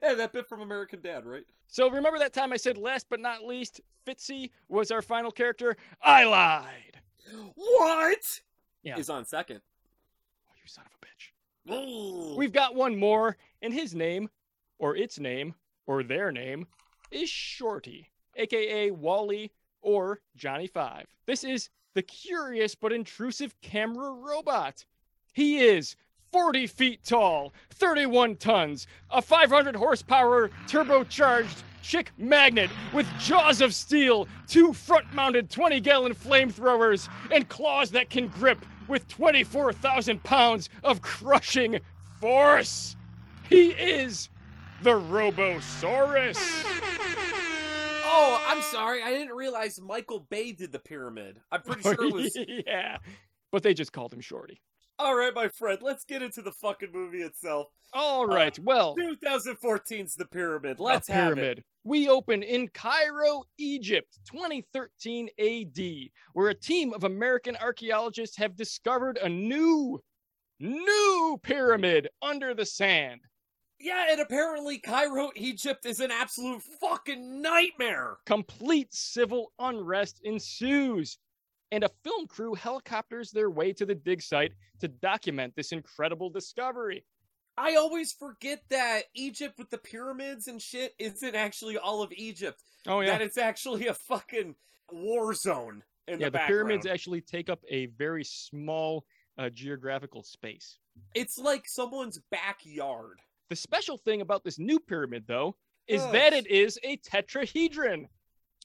B: Hey, that bit from American Dad, right?
C: So remember that time I said last but not least, Fitzy was our final character? I lied.
B: What?
C: Yeah.
B: is on second.
C: Oh, you son of a bitch.
B: We've
C: We've got one more, and his name, or its name, or their name, is Shorty, aka Wally or Johnny Five. This is the curious but intrusive camera robot. He is 40 feet tall, 31 tons, a 500 horsepower turbocharged chick magnet with jaws of steel, two front mounted 20 gallon flamethrowers, and claws that can grip with 24,000 pounds of crushing force. He is the Robosaurus.
B: Oh, I'm
C: Uh.
B: sorry. I didn't realize Michael Bay did the pyramid. I'm pretty sure it was.
C: yeah. But they just called him Shorty.
B: All right, my friend, let's get into the fucking movie itself.
C: All right. Well,
B: 2014's The Pyramid. Let's
C: a
B: have it.
C: pyramid. We open in Cairo, Egypt, 2013 AD, where a team of American archaeologists have discovered a new, new pyramid under the sand.
B: Yeah, and apparently Cairo, Egypt is an absolute fucking nightmare.
C: Complete civil unrest ensues, and a film crew helicopters their way to the dig site to document this incredible discovery.
B: I always forget that Egypt with the pyramids and shit isn't actually all of Egypt.
C: Oh
B: That it's actually a fucking war zone in the
C: yeah. The,
B: background.
C: pyramids eh. actually take up a very small uh, geographical space.
B: It's like someone's backyard.
C: The special thing about this new pyramid, though, is
B: Yes.
C: that it is a tetrahedron,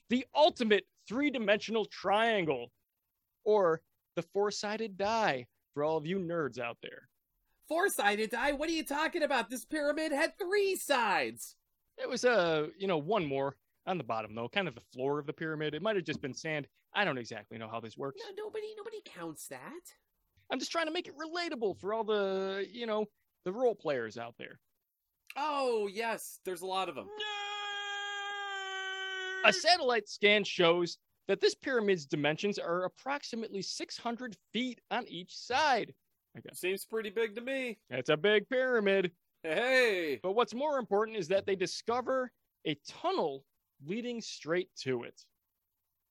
C: the ultimate three dimensional triangle, or the four sided die for all of you nerds out there.
B: Four-sided die? What are you talking about? This pyramid had three sides.
C: It was uh, you know, one more on the bottom, though, kind of the floor of the pyramid. It might have just been sand. I don't exactly know how this works.
B: No, nobody, nobody counts that.
C: I'm just trying to make it relatable for all the, you know, the role players out there.
B: Oh yes, there's a lot of them.
C: A satellite scan shows that this pyramid's dimensions are approximately 600 feet on each side.
B: Seems pretty big to me.
C: That's a big pyramid.
B: Hey,
C: But what's more important is that they discover a tunnel leading straight to it.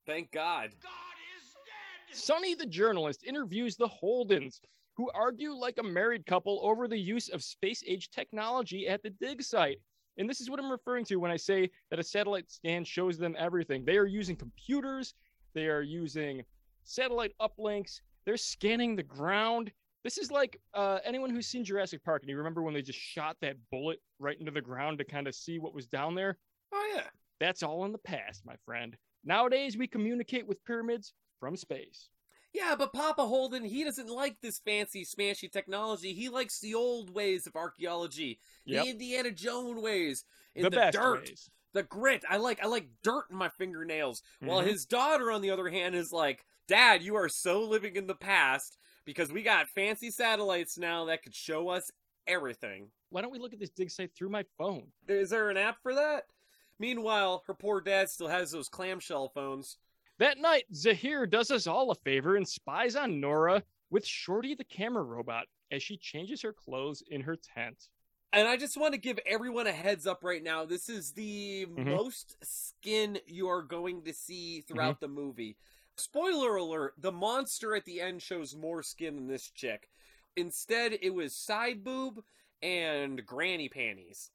B: thank God.
C: Sonny the journalist interviews the Holdens, who argue like a married couple over the use of space age technology at the dig site. And this is what I'm referring to when I say that a satellite scan shows them everything. They are using computers, they are using satellite uplinks, they're scanning the ground. This is like uh, anyone who's seen Jurassic Park and you remember when they just shot that bullet right into the ground to kind of see what was down there?
B: Oh yeah.
C: That's all in the past, my friend. Nowadays, we communicate with pyramids from space.
B: Yeah, but Papa Holden, he doesn't like this fancy, smashy technology. He likes the old ways of archaeology,
C: Yep.
B: the Indiana Jones ways, in
C: the,
B: the,
C: best
B: dirt,
C: ways.
B: the grit. I like, I like dirt in my fingernails. While
C: Mhm.
B: his daughter, on the other hand, is like, "Dad, you are so living in the past because we got fancy satellites now that could show us everything."
C: Why don't we look at this dig site through my phone?
B: Is there an app for that? Meanwhile, her poor dad still has those clamshell phones.
C: That night, Zahir does us all a favor and spies on Nora with Shorty the camera robot as she changes her clothes in her tent.
B: And I just want to give everyone a heads up right now. This is the most skin you are going to see throughout the movie. Spoiler alert, the monster at the end shows more skin than this chick. Instead, it was side boob and granny panties.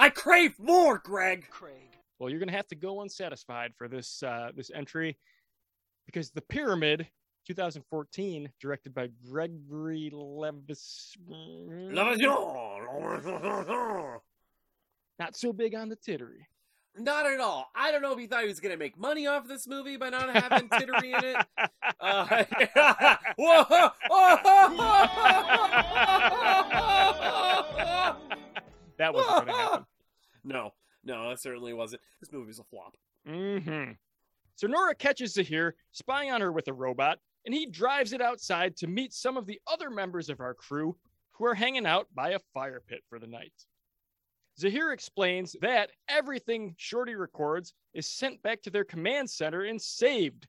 B: I crave more, Greg!
C: Well, you're going to have to go unsatisfied for this uh, this entry because The Pyramid 2014 directed by Gregory Levis
B: Not
C: not so big on the tittery.
B: at all. I don't know if he thought he was going to make money off this movie by not having tittery in it. Uh, Whoa!
C: that wasn't going to happen.
B: No, no, that certainly wasn't. This movie's a flop.
C: Mm-hmm. So Nora catches Zahir spying on her with a robot, and he drives it outside to meet some of the other members of our crew who are hanging out by a fire pit for the night. Zahir explains that everything Shorty records is sent back to their command center and saved.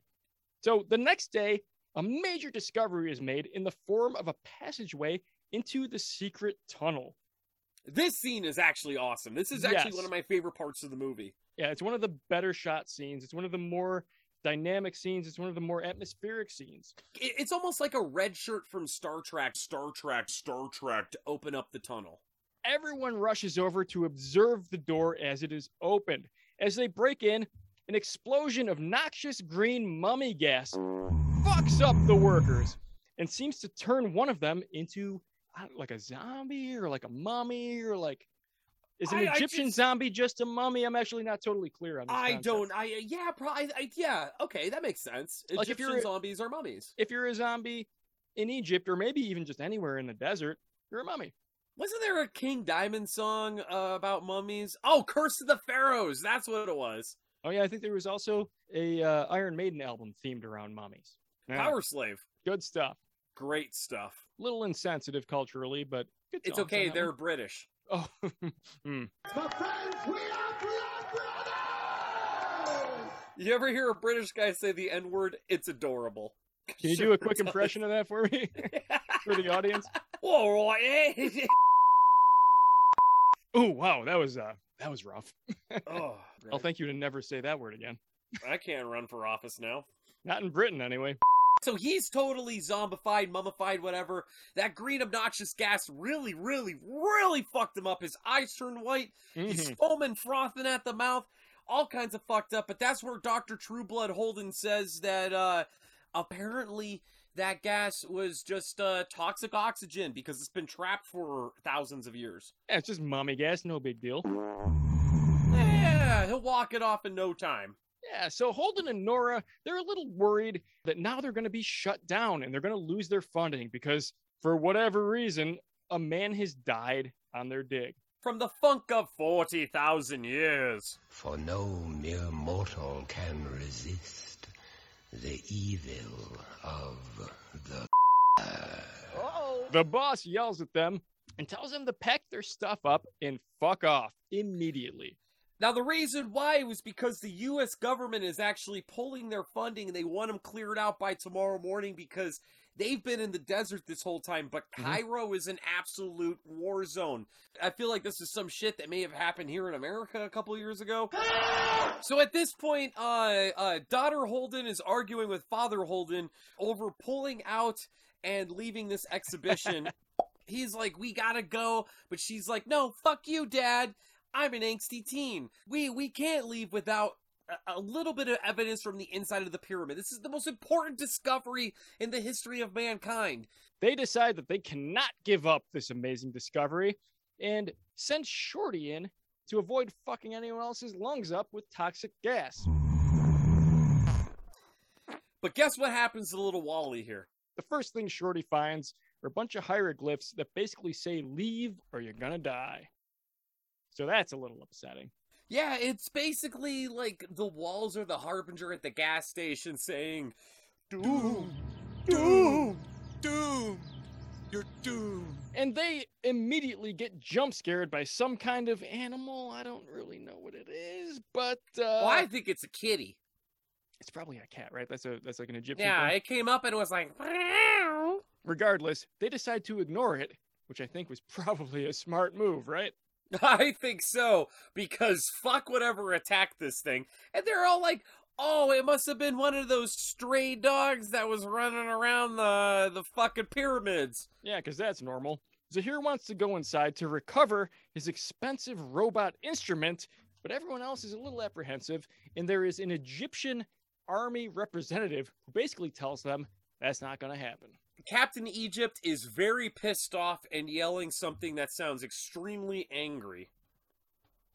C: So the next day, a major discovery is made in the form of a passageway into the secret tunnel.
B: This scene is actually awesome. This is actually
C: Yes.
B: one of my favorite parts of the movie.
C: Yeah, it's one of the better shot scenes. It's one of the more dynamic scenes. It's one of the more atmospheric scenes.
B: It- It's almost like a red shirt from Star Trek, Star Trek, Star Trek to open up the tunnel.
C: Everyone rushes over to observe the door as it is opened. As they break in, an explosion of noxious green mummy gas fucks up the workers and seems to turn one of them into I don't- like a zombie or like a mummy or like is an
B: I- I
C: Egyptian
B: just-
C: zombie just a mummy? I'm actually not totally clear on this.
B: I
C: concept.
B: don't. I yeah. Probably. I, yeah. Okay, that makes sense.
C: Like, if
B: Egyptian
C: you're-
B: zombies are mummies.
C: If you're a zombie in Egypt or maybe even just anywhere in the desert, you're a mummy.
B: Wasn't there a King Diamond song uh, about mummies? Oh, Curse of the Pharaohs. That's what it was.
C: Oh yeah, I think there was also a uh, Iron Maiden album themed around mummies. Yeah,
B: Power Slave.
C: good stuff.
B: Great stuff.
C: Little insensitive culturally, but good
B: It's
C: songs on
B: okay.
C: that
B: They're
C: one.
B: British.
C: Oh, hmm.
B: You ever hear a British guy say the N word? It's adorable.
C: can you do a quick impression of that for me for the audience?
B: All right.
C: Oh wow, that was uh, that was rough.
B: oh,
C: I'll thank you to never say that word again.
B: I can't run for office now.
C: Not in Britain anyway.
B: So he's totally zombified, mummified, whatever. That green obnoxious gas really, really, really fucked him up. His eyes turned white. He's
C: Mhm.
B: foaming, frothing at the mouth. All kinds of fucked up. But that's where Dr. Trueblood Holden says that uh, apparently that gas was just uh, toxic oxygen because it's been trapped for thousands of years.
C: Yeah, it's just mummy gas, no big deal.
B: Yeah, he'll walk it off in no time.
C: Yeah, so Holden and Nora, they're a little worried that now they're going to be shut down and they're going to lose their funding because, for whatever reason, a man has died on their dig.
B: From the funk of 40,000 years.
K: For no mere mortal can resist the evil of the.
H: Uh-oh.
C: The boss yells at them and tells them to pack their stuff up and fuck off immediately.
B: Now, the reason why was because the U.S. government is actually pulling their funding and they want them cleared out by tomorrow morning because they've been in the desert this whole time. But
C: Mhm.
B: Cairo is an absolute war zone. I feel like this is some shit that may have happened here in America a couple years ago. so at this point, uh, uh, daughter Holden is arguing with father Holden over pulling out and leaving this exhibition. He's like, we gotta go. But she's like, no, fuck you, dad. I'm an angsty teen. We we can't leave without a, a little bit of evidence from the inside of the pyramid. This is the most important discovery in the history of mankind.
C: They decide that they cannot give up this amazing discovery and send Shorty in to avoid fucking anyone else's lungs up with toxic gas.
B: But guess what happens to little Wally here?
C: the first thing Shorty finds are a bunch of hieroglyphs that basically say leave or you're gonna die. So that's a little upsetting.
B: Yeah, it's basically like the walls are the harbinger at the gas station saying, "Doom, doom, doom, you're doomed."
C: And they immediately get jump scared by some kind of animal. I don't really know what it is, but uh
B: Well, I think it's a kitty.
C: it's probably a cat, right? That's a that's like an Egyptian.
B: Yeah,
C: thing.
B: it came up and was like, "Meow."
C: Regardless, they decide to ignore it, which I think was probably a smart move, right?
B: I think so, because fuck whatever attacked this thing. And they're all like, oh, it must have been one of those stray dogs that was running around the, the fucking pyramids.
C: Yeah, because that's normal. Zahir wants to go inside to recover his expensive robot instrument, but everyone else is a little apprehensive, and there is an Egyptian army representative who basically tells them that's not going to happen.
B: Captain Egypt is very pissed off and yelling something that sounds extremely angry.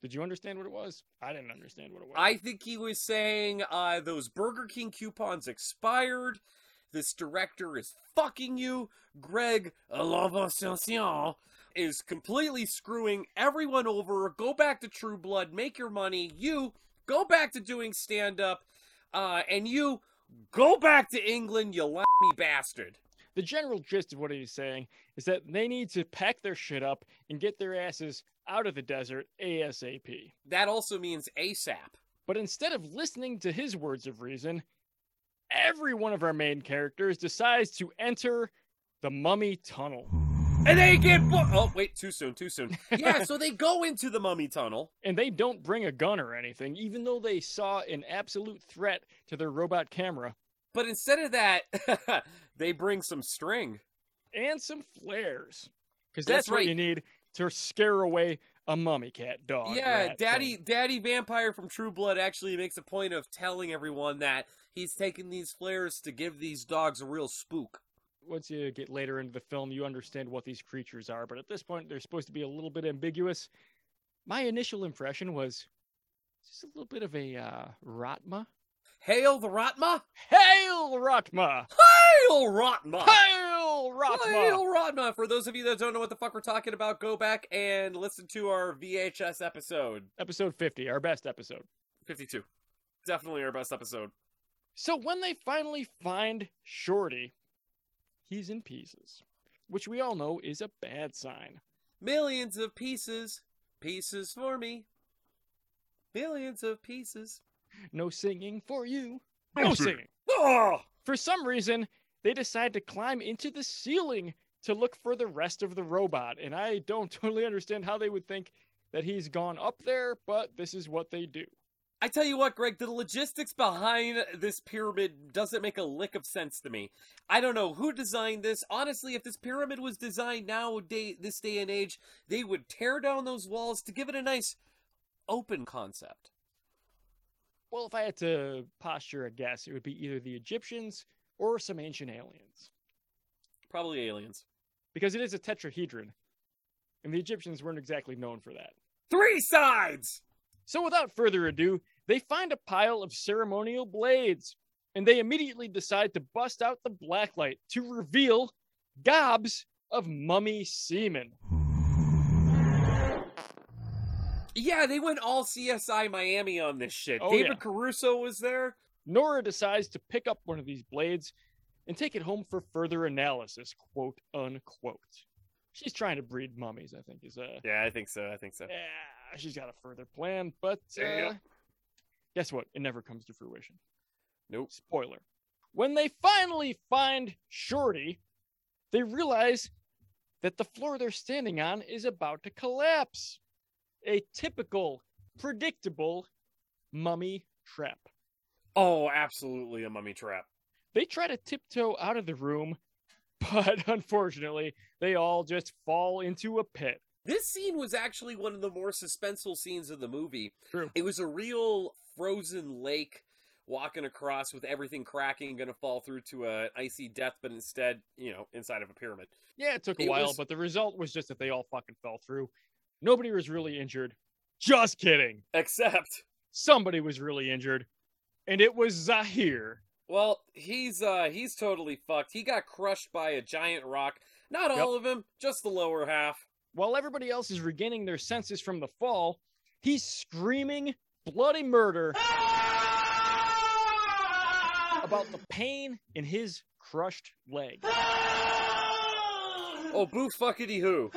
C: Did you understand what it was? I didn't understand what it was.
B: I think he was saying uh, those Burger King coupons expired. This director is fucking you. Greg L'Avanciation is completely screwing everyone over. Go back to True Blood. Make your money. You go back to doing stand up. Uh, and you go back to England, you lammy bastard.
C: The general gist of what he's saying is that they need to pack their shit up and get their asses out of the desert ASAP.
B: That also means ASAP.
C: But instead of listening to his words of reason, every one of our main characters decides to enter the mummy tunnel.
B: and they get blo- oh wait too soon too soon yeah so they go into the mummy tunnel
C: And they don't bring a gun or anything, even though they saw an absolute threat to their robot camera
B: but instead of that they bring some string
C: and some flares. Because
B: That's
C: that's, what
B: right.
C: you need to scare away a mummy cat dog.
B: Oh, yeah
C: rat
B: daddy
C: thing.
B: daddy vampire from true blood actually makes a point of telling everyone that he's taking these flares to give these dogs a real spook
C: Once you get later into the film, you understand what these creatures are. But at this point, they're supposed to be a little bit ambiguous. My initial impression was just a little bit of a uh, Rotma.
B: hail the rotma
C: Hail Rotma!
B: hail rotma
C: Hail Rotma!
B: Hail Rotma! For those of you that don't know what the fuck we're talking about, go back and listen to our VHS episode
C: Episode 50, our best episode.
B: 52. Definitely our best episode.
C: So when they finally find Shorty, he's in pieces, which we all know is a bad sign.
B: Millions of pieces, pieces for me. Millions of pieces.
C: No singing for you. No
E: sir.
C: singing.
B: Oh!
C: For some reason, they decide to climb into the ceiling to look for the rest of the robot, and I don't totally understand how they would think that he's gone up there, but this is what they do.
B: I tell you what, Greg, the logistics behind this pyramid doesn't make a lick of sense to me. I don't know who designed this. Honestly, if this pyramid was designed nowadays, this day and age, they would tear down those walls to give it a nice open concept.
C: Well, if I had to posture a guess, it would be either the Egyptians or some ancient aliens.
B: Probably aliens.
C: because it is a tetrahedron, and the Egyptians weren't exactly known for that.
B: Three sides!
C: So, without further ado, they find a pile of ceremonial blades, and they immediately decide to bust out the blacklight to reveal gobs of mummy semen.
B: Yeah, they went all CSI Miami on this shit.
C: Oh,
B: David
C: yeah.
B: Caruso was there.
C: Nora decides to pick up one of these blades and take it home for further analysis, quote unquote. She's trying to breed mummies, I think, is uh,
B: Yeah, I think so. I think so.
C: yeah, Ah, she's got a further plan, but
B: Yep.
C: uh, guess what? It never comes to fruition.
B: Nope.
C: Spoiler. When they finally find Shorty, they realize that the floor they're standing on is about to collapse. A typical, predictable mummy trap.
B: Oh, absolutely a mummy trap.
C: They try to tiptoe out of the room, but unfortunately, they all just fall into a pit.
B: This scene was actually one of the more suspenseful scenes of the movie.
C: True.
B: It was a real frozen lake walking across with everything cracking, going to fall through to a, an icy death, but instead, you know, inside of a pyramid.
C: Yeah, it took a
B: It
C: while,
B: was-
C: but the result was just that they all fucking fell through. Nobody was really injured. Just kidding.
B: Except,
C: Somebody was really injured, and it was Zahir.
B: well, he's uh he's totally fucked. He got crushed by a giant rock. Not
C: Yep.
B: all of him, just the lower half.
C: While everybody else is regaining their senses from the fall, he's screaming bloody murder about the pain in his crushed leg.
B: Oh, boo fuckity who.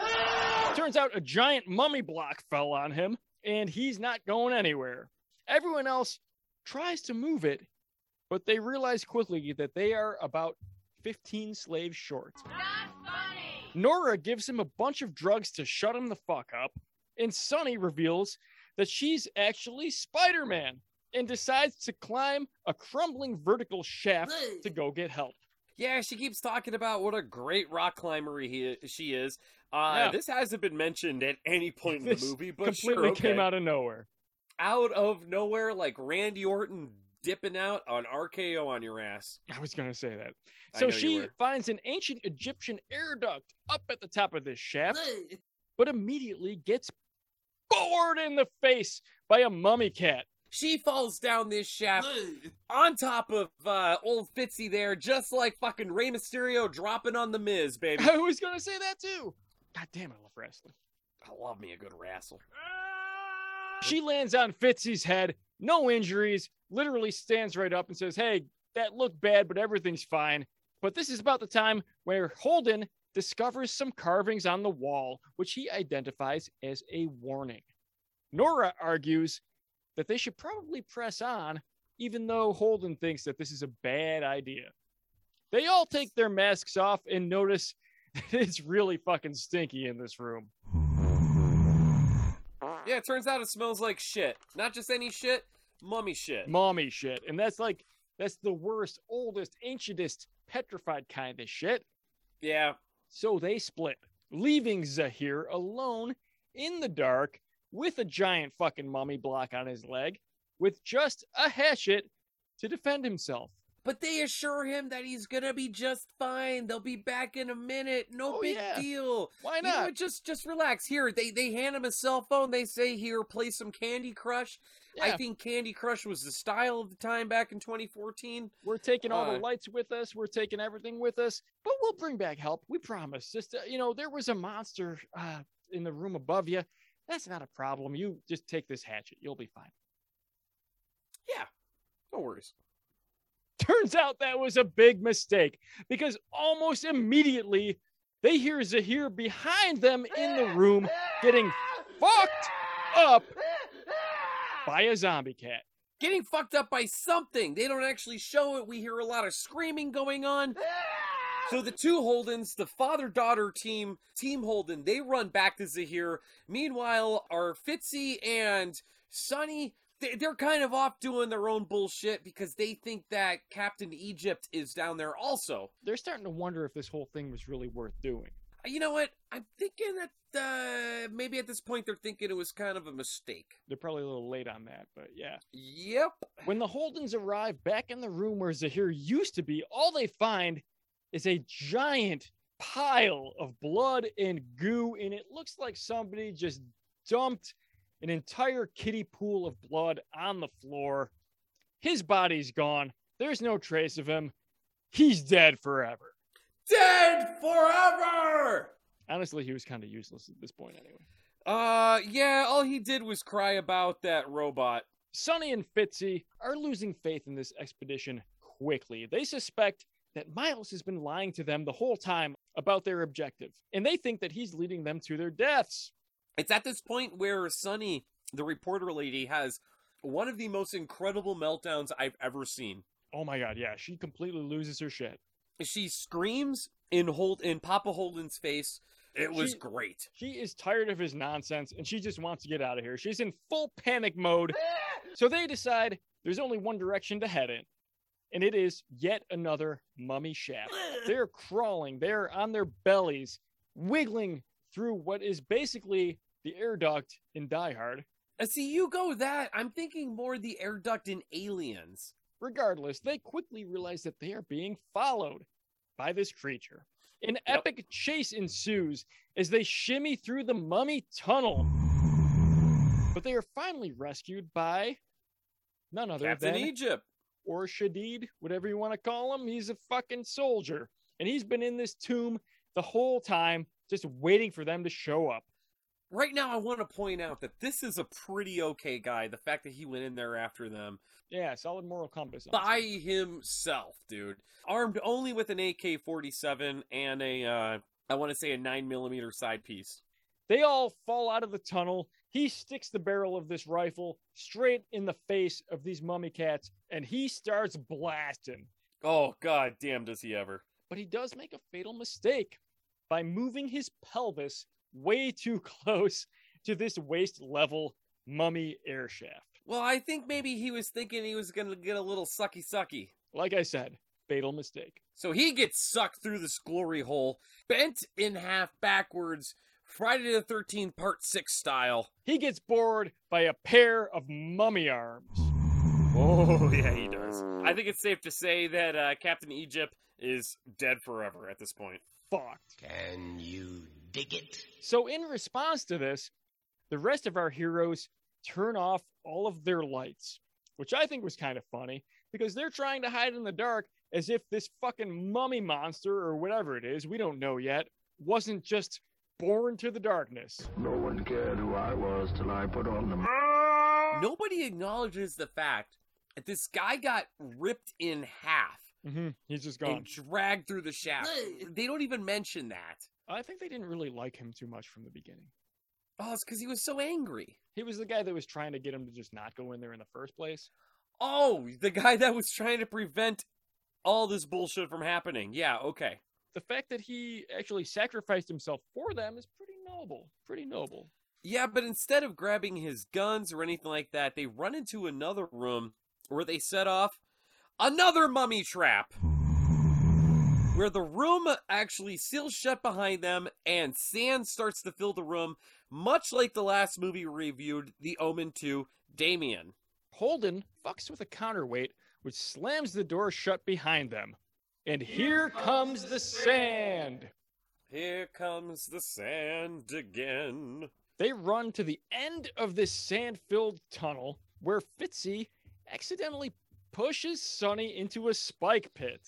C: Turns out a giant mummy block fell on him, and he's not going anywhere. Everyone else tries to move it, but they realize quickly that they are about 15 slaves short. Nora gives him a bunch of drugs to shut him the fuck up, and Sonny reveals that she's actually Spider Man and decides to climb a crumbling vertical shaft to go get help.
B: Yeah, she keeps talking about what a great rock climber he she is. Uh,
C: Yeah.
B: This hasn't been mentioned at any point in the
C: This
B: movie, but sure,
C: Completely came
B: okay.
C: out of nowhere.
B: out of nowhere, like Randy Orton dipping out on RKO on your ass.
C: I was going to say that.
B: I
C: So
B: know you
C: she
B: were.
C: finds an ancient Egyptian air duct up at the top of this shaft, but immediately gets bored in the face by a mummy cat.
B: She falls down this shaft on top of uh, old Fitzy there, just like fucking Rey Mysterio dropping on the Miz, baby.
C: I was going to say that too. God damn, I love wrestling.
B: I love me a good wrestle.
C: She lands on Fitzy's head, no injuries, literally stands right up and says, Hey, that looked bad, but everything's fine. But this is about the time where Holden discovers some carvings on the wall, which he identifies as a warning. Nora argues that they should probably press on, even though Holden thinks that this is a bad idea. They all take their masks off and notice it's really fucking stinky in this room.
B: Yeah, it turns out it smells like shit. Not just any shit, mummy shit.
C: Mommy shit. And that's like, that's the worst, oldest, ancientest, petrified kind of shit.
B: Yeah.
C: So they split, leaving Zahir alone in the dark with a giant fucking mummy block on his leg with just a hatchet to defend himself.
B: But they assure him that he's gonna be just fine. They'll be back in a minute. No
C: Oh,
B: big
C: yeah.
B: deal.
C: Why
B: You know
C: not?
B: what? just just relax. Here, they they hand him a cell phone. They say, "Here, play some Candy Crush." I
C: Yeah.
B: think Candy Crush was the style of the time back in 2014.
C: We're taking all
B: Uh,
C: the lights with us. We're taking everything with us, but we'll bring back help. We promise. Just uh, you know, there was a monster uh, in the room above you. That's not a problem. You just take this hatchet. You'll be fine.
B: No worries.
C: Turns out that was a big mistake because almost immediately they hear Zahir behind them in the room getting fucked up by a zombie cat.
B: Getting fucked up by something. They don't actually show it. We hear a lot of screaming going on. So the two Holdens, the father-daughter team, Team Holden, they run back to Zahir. Meanwhile, our Fitzy and Sonny, they- they're kind of off doing their own bullshit because they think that Captain Egypt is down there also.
C: They're starting to wonder if this whole thing was really worth doing.
B: You know what? I'm thinking that uh, maybe at this point they're thinking it was kind of a mistake.
C: They're probably a little late on that, but yeah.
B: Yep.
C: When the Holdens arrive back in the room where Zahir used to be, all they find is a giant pile of blood and goo, and it looks like somebody just dumped an entire kiddie pool of blood on the floor. His body's gone. There's no trace of him. He's dead forever.
B: Dead forever!
C: Honestly, he was kind of useless at this point anyway.
B: Uh, yeah, all he did was cry about that robot.
C: Sonny and Fitzy are losing faith in this expedition quickly. They suspect that Miles has been lying to them the whole time about their objective, and they think that he's leading them to their deaths.
B: It's at this point where Sunny, the reporter lady, has one of the most incredible meltdowns I've ever seen.
C: Oh my god, yeah, she completely loses her shit.
B: She screams in Hold in Papa Holden's face. It was
C: She-
B: great.
C: She is tired of his nonsense and she just wants to get out of here. She's in full panic mode. So they decide there's only one direction to head in, and it is yet another mummy shaft. They're crawling, they're on their bellies, wiggling through what is basically the air duct in Die Hard.
B: Uh, see, you go that. I'm thinking more the air duct in Aliens.
C: Regardless, they quickly realize that they are being followed by this creature. An
B: Yep.
C: epic chase ensues as they shimmy through the mummy tunnel. But they are finally rescued by none other
B: Captain
C: than
B: Egypt.
C: or Shadid, whatever you want to call him. He's a fucking soldier. And he's been in this tomb the whole time, just waiting for them to show up.
B: Right now, I want to point out that this is a pretty okay guy. The fact that he went in there after them
C: Yeah, solid moral compass. honestly.
B: by himself, dude, armed only with an AK-47 and a, uh, I want to say a nine millimeter side piece.
C: They all fall out of the tunnel. He sticks the barrel of this rifle straight in the face of these mummy cats and he starts blasting.
B: Oh god damn does he ever.
C: But he does make a fatal mistake by moving his pelvis way too close to this waist level mummy air shaft.
B: Well, I think maybe he was thinking he was gonna get a little sucky sucky.
C: Like I said, fatal mistake.
B: So he gets sucked through this glory hole, bent in half backwards, Friday the thirteenth part six style.
C: He gets bored by a pair of mummy arms.
B: Oh yeah, he does. I think it's safe to say that uh, Captain Egypt is dead forever at this point.
C: Fucked.
K: Can you dig it?
C: So, in response to this, the rest of our heroes turn off all of their lights, which I think was kind of funny because they're trying to hide in the dark as if this fucking mummy monster or whatever it is, we don't know yet, wasn't just born to the darkness.
H: No one cared who I was till I put on the.
B: Nobody acknowledges the fact that this guy got ripped in half
C: Mm-hmm. He's just gone.
B: and dragged through the shaft. They don't even mention that.
C: I think they didn't really like him too much from the beginning.
B: Oh, it's because he was so angry.
C: He was the guy that was trying to get him to just not go in there in the first place.
B: Oh, the guy that was trying to prevent all this bullshit from happening. Yeah, okay.
C: the fact that he actually sacrificed himself for them is pretty noble. Pretty noble.
B: Yeah, but instead of grabbing his guns or anything like that, they run into another room where they set off another mummy trap. Where the room actually seals shut behind them and sand starts to fill the room, much like the last movie we reviewed, The Omen 2, Damien.
C: Holden fucks with a counterweight, which slams the door shut behind them. And here comes the sand.
B: Here comes the sand again.
C: They run to the end of this sand filled tunnel where Fitzy accidentally pushes Sonny into a spike pit.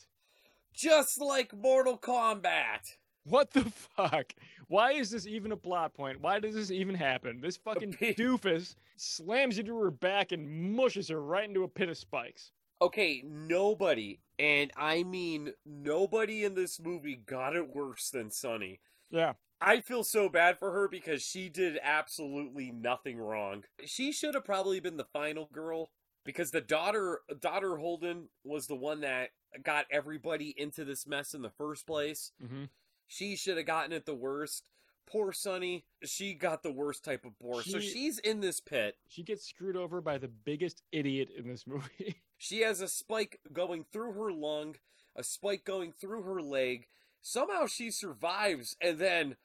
B: Just like Mortal Kombat.
C: What the fuck? Why is this even a plot point? Why does this even happen? This fucking
B: pit.
C: doofus slams into her back and mushes her right into a pit of spikes.
B: Okay, nobody, and I mean nobody in this movie got it worse than Sonny.
C: Yeah.
B: I feel so bad for her because she did absolutely nothing wrong. She should have probably been the final girl because the daughter daughter Holden was the one that got everybody into this mess in the first place.
C: Mm-hmm.
B: She should have gotten it the worst. Poor Sonny, she got the worst type of bore. So
C: She-
B: she's in this pit.
C: She gets screwed over by the biggest idiot in this movie.
B: She has a spike going through her lung, a spike going through her leg. Somehow she survives, and then,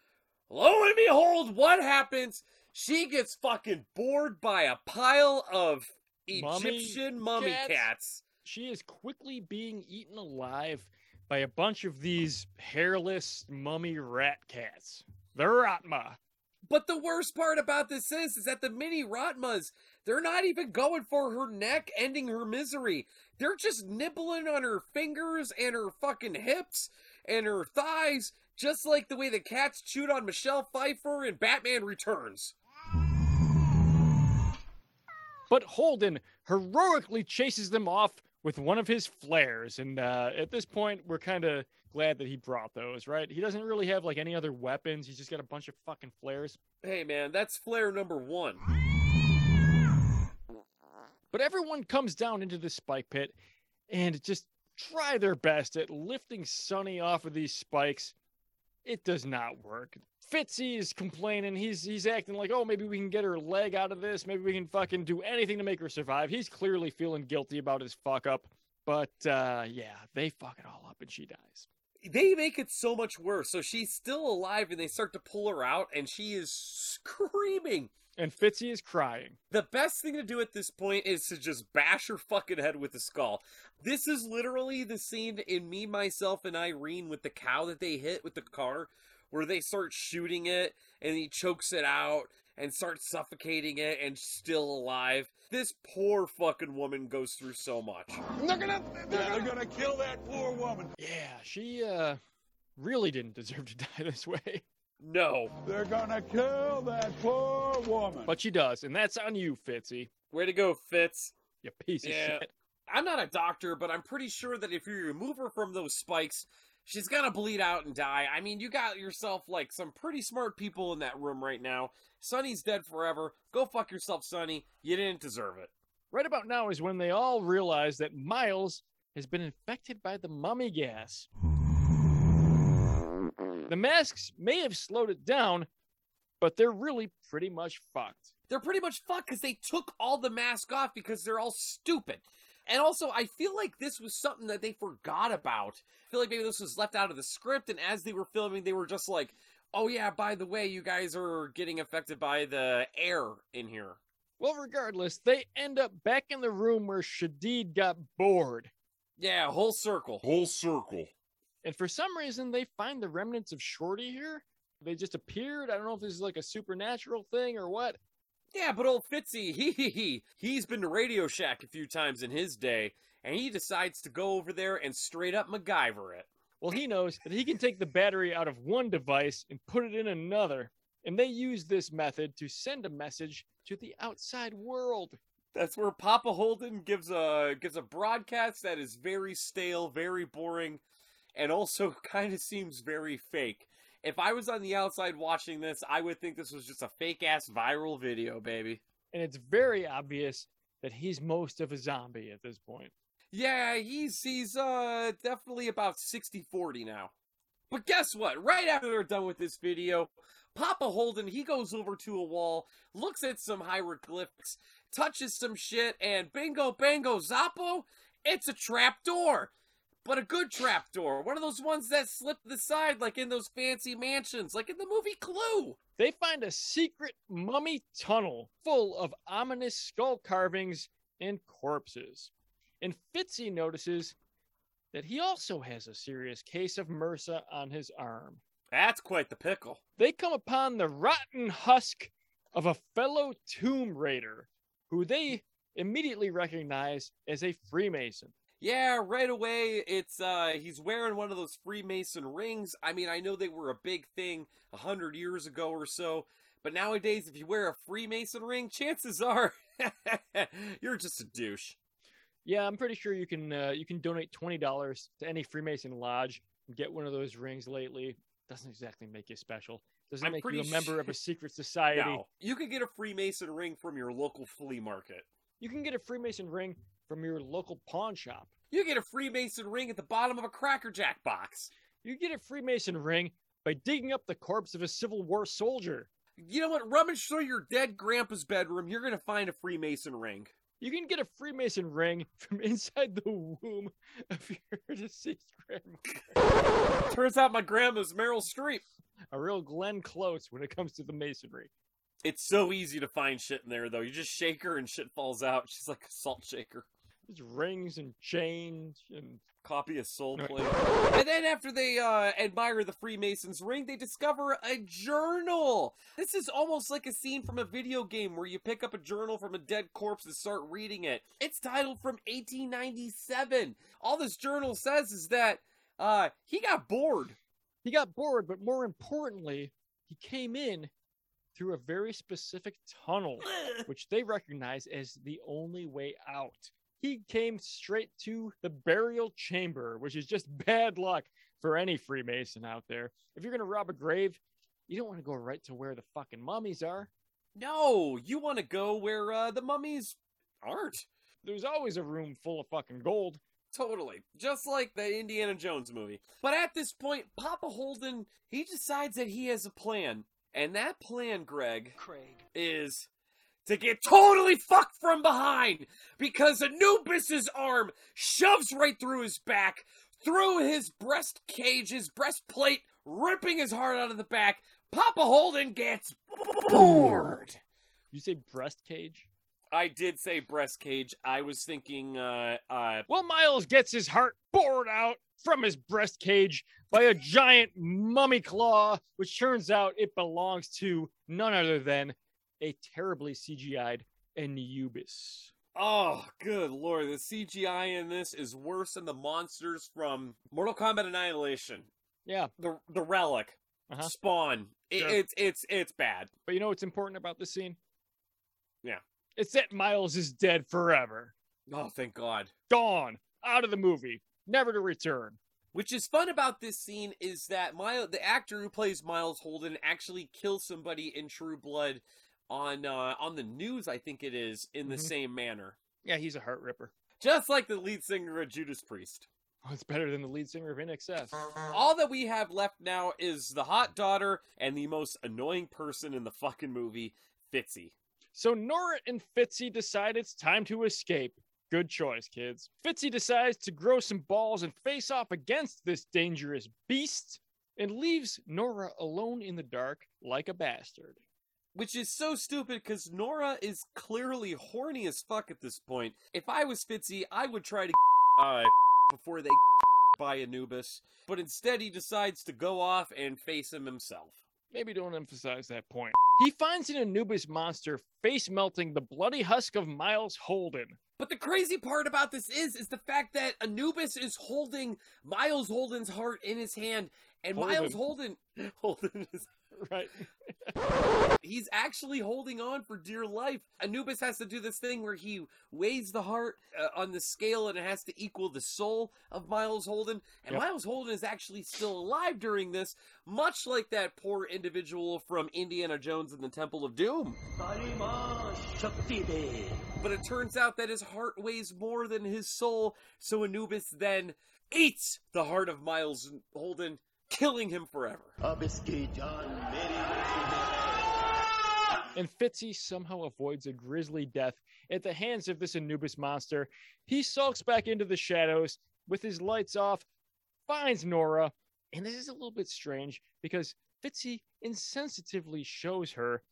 B: lo and behold, what happens? She gets fucking bored by a pile of
C: Mummy
B: Egyptian mummy
C: cats?
B: cats.
C: she is quickly being eaten alive by a bunch of these hairless mummy rat cats. The Ratma.
B: But the worst part about this is, is that the mini Ratmas, they're not even going for her neck, ending her misery. They're just nibbling on her fingers and her fucking hips and her thighs, just like the way the cats chewed on Michelle Pfeiffer in Batman Returns.
C: But Holden heroically chases them off with one of his flares. And uh, at this point, we're kind of glad that he brought those, right? He doesn't really have like any other weapons. He's just got a bunch of fucking flares.
B: Hey man, that's flare number one.
C: But everyone comes down into the spike pit and just try their best at lifting Sonny off of these spikes. It does not work. Fitzy is complaining. He's he's acting like, oh, maybe we can get her leg out of this. Maybe we can fucking do anything to make her survive. He's clearly feeling guilty about his fuck up. But uh, yeah, they fuck it all up and she dies.
B: They make it so much worse. So she's still alive and they start to pull her out and she is screaming.
C: And Fitzy is crying.
B: The best thing to do at this point is to just bash her fucking head with the skull. This is literally the scene in Me, Myself, and Irene with the cow that they hit with the car, where they start shooting it and he chokes it out and starts suffocating it and still alive. This poor fucking woman goes through so much.
G: They're gonna, they're, gonna, kill that poor woman.
C: Yeah, she uh, really didn't deserve to die this way.
B: No.
G: They're gonna kill that poor woman.
C: But she does, and that's on you, Fitzy.
B: Way to go, Fitz.
C: You piece
B: Yeah.
C: of shit.
B: I'm not a doctor, but I'm pretty sure that if you remove her from those spikes, she's gonna bleed out and die. I mean, you got yourself like some pretty smart people in that room right now. Sonny's dead forever. Go fuck yourself, Sonny. You didn't deserve it.
C: Right about now is when they all realize that Miles has been infected by the mummy gas. The masks may have slowed it down, but they're really pretty much fucked.
B: They're pretty much fucked because they took all the mask off because they're all stupid. And also, I feel like this was something that they forgot about. I feel like maybe this was left out of the script, and as they were filming, they were just like, oh yeah, by the way, you guys are getting affected by the air in here.
C: Well, regardless, they end up back in the room where Shadid got bored.
B: Yeah, whole circle. Whole circle.
C: And for some reason, they find the remnants of Shorty here. They just appeared. I don't know if this is like a supernatural thing or what.
B: Yeah, but old Fitzy, he he he, he's been to Radio Shack a few times in his day, and he decides to go over there and straight up MacGyver it.
C: Well, he knows that he can take the battery out of one device and put it in another. And they use this method to send a message to the outside world.
B: That's where Papa Holden gives a gives a broadcast that is very stale, very boring, and also kind of seems very fake. If I was on the outside watching this, I would think this was just a fake ass viral video, baby.
C: And it's very obvious that he's most of a zombie at this point.
B: Yeah, he's he's uh definitely about 60-40 now. But guess what? Right after they're done with this video, Papa Holden, he goes over to a wall, looks at some hieroglyphics, touches some shit, and bingo, bango, zappo, it's a trap door. But a good trap door. One of those ones that slip to the side, like in those fancy mansions, like in the movie Clue.
C: They find a secret mummy tunnel full of ominous skull carvings and corpses. And Fitzy notices that he also has a serious case of MRSA on his arm.
B: That's quite the pickle.
C: They come upon the rotten husk of a fellow tomb raider who they immediately recognize as a Freemason.
B: Yeah, right away it's uh he's wearing one of those Freemason rings. I mean, I know they were a big thing a hundred years ago or so, but nowadays if you wear a Freemason ring, chances are you're just a douche.
C: Yeah, I'm pretty sure you can uh, you can donate twenty dollars to any Freemason lodge and get one of those rings lately. Doesn't exactly make you special. Doesn't
B: I'm
C: make
B: pretty
C: you a member of a secret society.
B: No, you can get a Freemason ring from your local flea market.
C: You can get a Freemason ring from your local pawn shop.
B: You get a Freemason ring at the bottom of a Cracker Jack box.
C: You can get a Freemason ring by digging up the corpse of a Civil War soldier.
B: You know what? Rummage through your dead grandpa's bedroom. You're gonna find a Freemason ring.
C: You can get a Freemason ring from inside the womb of your deceased grandma.
B: Turns out my grandma's Meryl Streep.
C: A real Glenn Close when it comes to the masonry.
B: It's so easy to find shit in there, though. You just shake her and shit falls out. She's like a salt shaker.
C: There's rings and chains and
B: Copy a soul
C: Right.
B: plate. And then after they uh, admire the Freemason's ring, they discover a journal. This is almost like a scene from a video game where you pick up a journal from a dead corpse and start reading it. It's titled from 1897. All this journal says is that uh, he got bored.
C: He got bored, but more importantly, he came in through a very specific tunnel, which they recognize as the only way out. He came straight to the burial chamber, which is just bad luck for any Freemason out there. If you're going to rob a grave, you don't want to go right to where the fucking mummies are.
B: No, you want to go where uh, the mummies aren't.
C: There's always a room full of fucking gold.
B: Totally. Just like the Indiana Jones movie. But at this point, Papa Holden, he decides that he has a plan. And that plan, Greg,
K: Craig.
B: is to get totally fucked from behind because Anubis's arm shoves right through his back, through his breast cage, his breastplate, ripping his heart out of the back. Papa Holden gets bored.
C: You say breast cage?
B: I did say breast cage. I was thinking, uh, uh,
C: Well, Miles gets his heart bored out from his breast cage by a giant mummy claw, which turns out it belongs to none other than a terribly CGI'd Anubis.
B: Oh, good lord. The CGI in this is worse than the monsters from Mortal Kombat Annihilation.
C: Yeah,
B: The the relic.
C: Uh-huh.
B: Spawn. It,
C: Sure.
B: It's it's it's bad.
C: but you know what's important about this scene?
B: Yeah.
C: It's that Miles is dead forever.
B: Oh, thank God.
C: Gone. Out of the movie. Never to return.
B: Which is fun about this scene is that Miles, the actor who plays Miles Holden actually kills somebody in True Blood on uh, on the news, I think it is, in the
C: Mhm.
B: same manner.
C: Yeah, he's a heart ripper.
B: Just like the lead singer of Judas Priest.
C: Oh, it's better than the lead singer of NXS.
B: All that we have left now is the hot daughter and the most annoying person in the fucking movie, Fitzy.
C: So Nora and Fitzy decide it's time to escape. Good choice, kids. Fitzy decides to grow some balls and face off against this dangerous beast and leaves Nora alone in the dark like a bastard.
B: Which is so stupid because Nora is clearly horny as fuck at this point. If I was Fitzy, I would try to uh, before they by Anubis, but instead he decides to go off and face him himself.
C: Maybe don't emphasize that point. He finds an Anubis monster face melting the bloody husk of Miles Holden.
B: But the crazy part about this is, is the fact that Anubis is holding Miles Holden's heart in his hand, and Miles Holden, Holden is
C: Right.
B: He's actually holding on for dear life. Anubis has to do this thing where he weighs the heart uh, on the scale and it has to equal the soul of Miles Holden. And
C: Yep.
B: Miles Holden is actually still alive during this, much like that poor individual from Indiana Jones and the Temple of Doom. But it turns out that his heart weighs more than his soul, so Anubis then eats the heart of Miles Holden killing him forever.
C: and Fitzy somehow avoids a grisly death at the hands of this Anubis monster. He sulks back into the shadows with his lights off, finds Nora, and this is a little bit strange because Fitzy insensitively shows her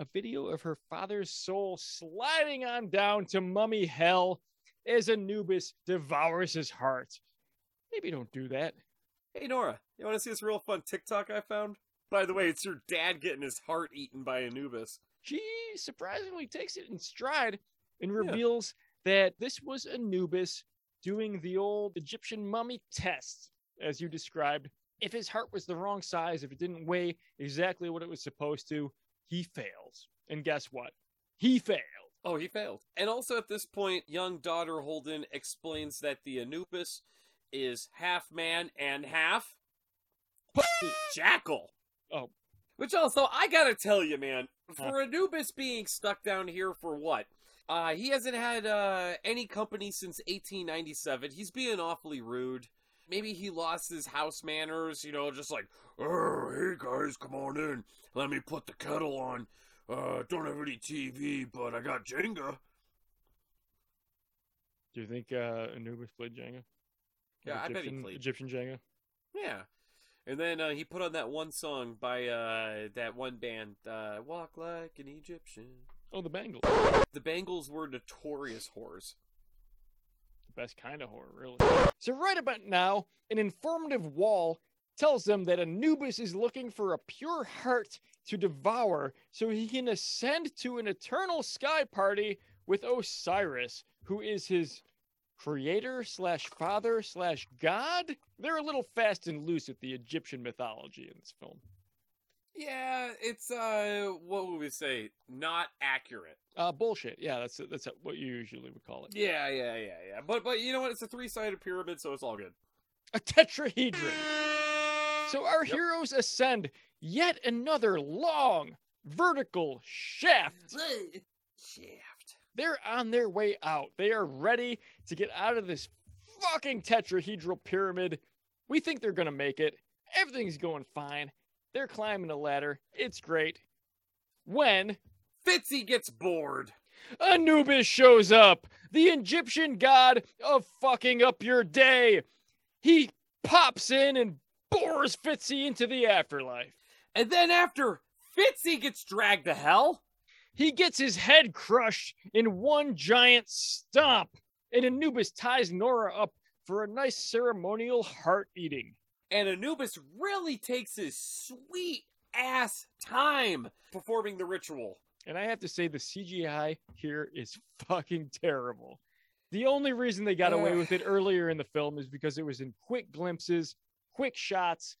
C: a video of her father's soul sliding on down to mummy hell as Anubis devours his heart. Maybe don't do that.
B: Hey Nora, you want to see this real fun TikTok I found? By the way, it's your dad getting his heart eaten by Anubis.
C: she surprisingly takes it in stride and
B: Yeah.
C: reveals that this was Anubis doing the old Egyptian mummy test, as you described. If his heart was the wrong size, if it didn't weigh exactly what it was supposed to, he fails. And guess what? He failed.
B: Oh, he failed. And also at this point, young daughter Holden explains that the Anubis is half man and half jackal.
C: Oh.
B: Which also, I gotta tell you, man, for Anubis being stuck down here for what? Uh, he hasn't had uh, any company since 1897. He's being awfully rude. Maybe he lost his house manners, you know, just like, oh, hey guys, come on in. Let me put the kettle on. Uh, don't have any TV, but I got Jenga.
C: Do you think uh, Anubis played Jenga?
B: Yeah, I bet he Egyptian- played.
C: Egyptian Jenga.
B: Yeah. And then uh, he put on that one song by uh, that one band, uh, Walk Like an Egyptian.
C: Oh, the Bengals.
B: The Bengals were notorious whores.
C: the best kind of horror, really. So, right about now, an informative wall tells them that Anubis is looking for a pure heart to devour so he can ascend to an eternal sky party with Osiris, who is his creator slash father slash god. They're a little fast and loose at the Egyptian mythology in this film.
B: Yeah, it's, uh, what would we say? Not accurate.
C: Uh, bullshit. Yeah, that's that's what you usually would call it.
B: Yeah, yeah, yeah, yeah. But, but you know what? It's a three sided pyramid, so it's all good.
C: a tetrahedron. So our heroes ascend yet another long vertical shaft.
B: Shaft.
C: They're on their way out. They are ready to get out of this fucking tetrahedral pyramid. We think they're going to make it. Everything's going fine. They're climbing a ladder. It's great. When
B: Fitzy gets bored.
C: Anubis shows up, the Egyptian god of fucking up your day. He pops in and bores Fitzy into the afterlife.
B: And then after Fitzy gets dragged to hell,
C: He gets his head crushed in one giant stomp, and Anubis ties Nora up for a nice ceremonial heart eating.
B: and Anubis really takes his sweet ass time performing the ritual.
C: And I have to say, the CGI here is fucking terrible. The only reason they got away
B: Ugh.
C: with it earlier in the film is because it was in quick glimpses, quick shots.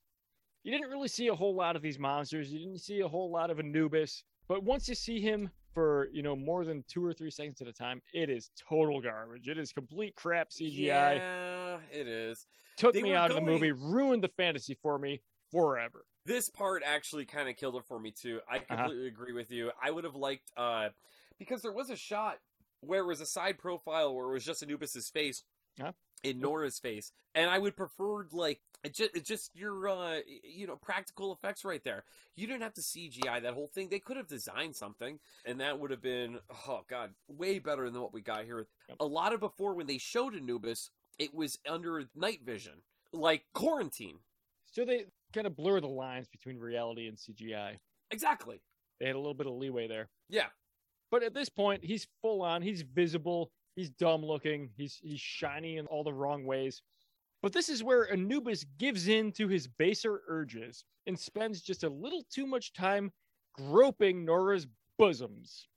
C: You didn't really see a whole lot of these monsters. You didn't see a whole lot of Anubis. But once you see him for, you know, more than two or three seconds at a time, it is total garbage. It is complete crap CGI.
B: Yeah, it is.
C: Took
B: They
C: me
B: were
C: out of the
B: going-
C: movie, ruined the fantasy for me forever.
B: This part actually kind of killed it for me too.
C: Uh-huh.
B: I completely agree with you. I would have liked uh because there was a shot where it was a side profile where it was just Anubis's face.
C: Yeah.
B: In Nora's face, and I would preferred like just just your uh you know practical effects right there. You didn't have to CGI that whole thing. They could have designed something, and that would have been oh god, way better than what we got here.
C: Yep.
B: A lot of before when they showed Anubis, it was under night vision, like quarantine.
C: So they kind of blur the lines between reality and CGI.
B: Exactly.
C: They had a little bit of leeway there.
B: Yeah.
C: But at this point, he's full on. He's visible. He's dumb looking. He's he's shiny in all the wrong ways. But this is where Anubis gives in to his baser urges and spends just a little too much time groping Nora's bosoms.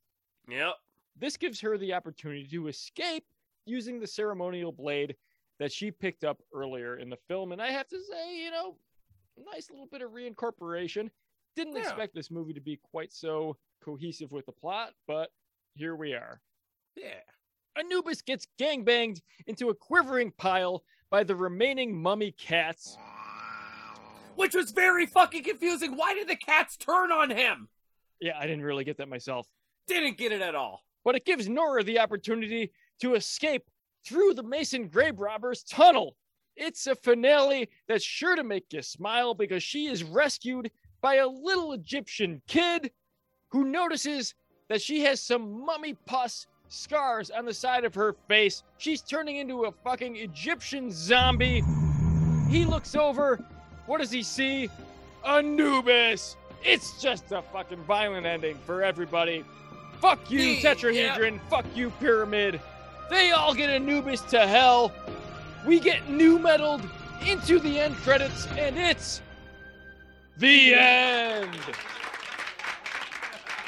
B: Yep.
C: This gives her the opportunity to escape using the ceremonial blade that she picked up earlier in the film. And I have to say, you know, nice little bit of reincorporation. Didn't
B: Yeah.
C: expect this movie to be quite so cohesive with the plot, but here we are.
B: Yeah.
C: Anubis gets gangbanged into a quivering pile by the remaining mummy cats.
B: Which was very fucking confusing. Why did the cats turn on him?
C: Yeah, I didn't really get that myself.
B: Didn't get it at all.
C: But it gives Nora the opportunity to escape through the Mason grave robber's tunnel It's a finale that's sure to make you smile because she is rescued by a little Egyptian kid who notices that she has some mummy pus scars on the side of her face. She's turning into a fucking Egyptian zombie. He looks over. What does he see? Anubis. It's just a fucking violent ending for everybody. Fuck you,
B: Yeah.
C: Tetrahedron. Fuck you, Pyramid. They all get Anubis to hell. We get new metaled into the end credits, and it's the end.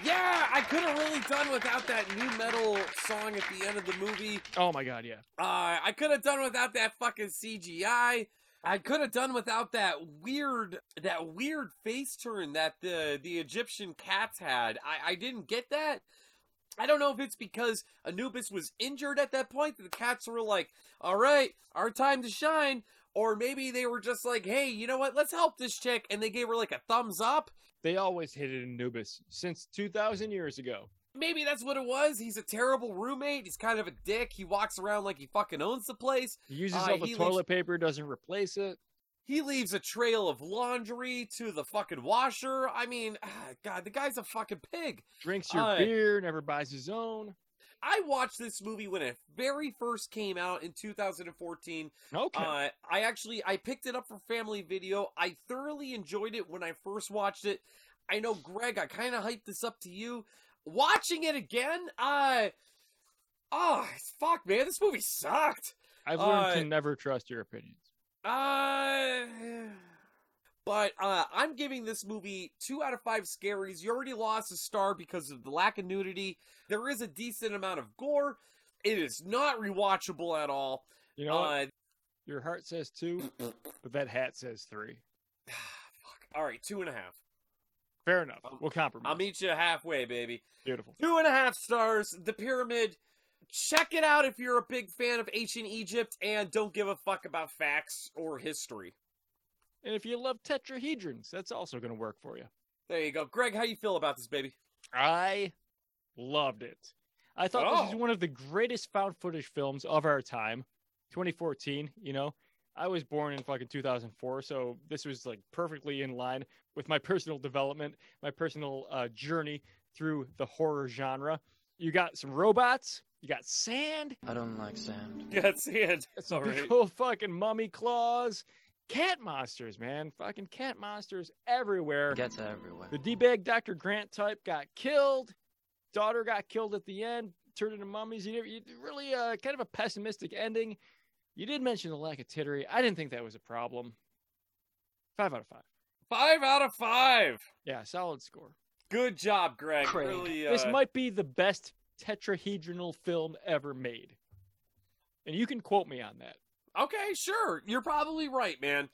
B: Yeah, I could have really done without that new metal song at the end of the movie.
C: Oh my god, yeah.
B: Uh, I could have done without that fucking CGI. I could have done without that weird that weird face turn that the the Egyptian cats had. I, I didn't get that. I don't know if it's because Anubis was injured at that point that the cats were like, "All right, our time to shine," or maybe they were just like, "Hey, you know what? Let's help this chick," and they gave her like a thumbs up.
C: They always hated Anubis since 2,000 years ago.
B: Maybe that's what it was. He's a terrible roommate. He's kind of a dick. He walks around like he fucking owns the place.
C: He uses
B: Uh,
C: all the
B: he leaves-
C: toilet paper, doesn't replace it.
B: He leaves a trail of laundry to the fucking washer. I mean, ah, God, the guy's a fucking pig.
C: Drinks your
B: Uh,
C: beer, never buys his own.
B: I watched this movie when it very first came out in 2014.
C: Okay.
B: Uh, I actually I picked it up for family video. I thoroughly enjoyed it when I first watched it. I know Greg, I kind of hyped this up to you. Watching it again, uh Oh, fuck, man, this movie sucked.
C: I've learned
B: uh,
C: to never trust your opinions.
B: Uh But uh I'm giving this movie 2 out of 5 scaries. You already lost a star because of the lack of nudity. There is a decent amount of gore. It is not rewatchable at all.
C: You know, what?
B: uh,
C: your heart says two, but that hat says three.
B: fuck. All right, two and a half.
C: Fair enough.
B: Um,
C: We'll compromise.
B: I'll meet you halfway, baby.
C: Beautiful.
B: Two and a half stars. The Pyramid. Check it out if you're a big fan of ancient Egypt and don't give a fuck about facts or history.
C: And if you love tetrahedrons, that's also going to work for you.
B: There you go, Greg. How you feel about this, baby?
C: I loved it. I thought this was
B: Oh.
C: one of the greatest found footage films of our time, 2014. You know, I was born in fucking 2004, so this was like perfectly in line with my personal development, my personal uh, journey through the horror genre. You got some robots, you got sand,
K: I don't like sand.
B: That's it.
C: that's all right. Cool fucking mummy claws, cat monsters, man, fucking cat monsters everywhere.
K: Gets everywhere.
C: The D bag Dr. Grant type got killed. Daughter got killed at the end, turned into mummies. You, never, you really uh, kind of a pessimistic ending. You did mention the lack of tittery. I didn't think that was a problem. Five out of five.
B: Five out of five.
C: Yeah, solid score.
B: Good job, Greg.
K: Craig,
B: Really, uh,
C: This might be the best tetrahedronal film ever made. And you can quote me on that.
B: Okay, sure. You're probably right, man.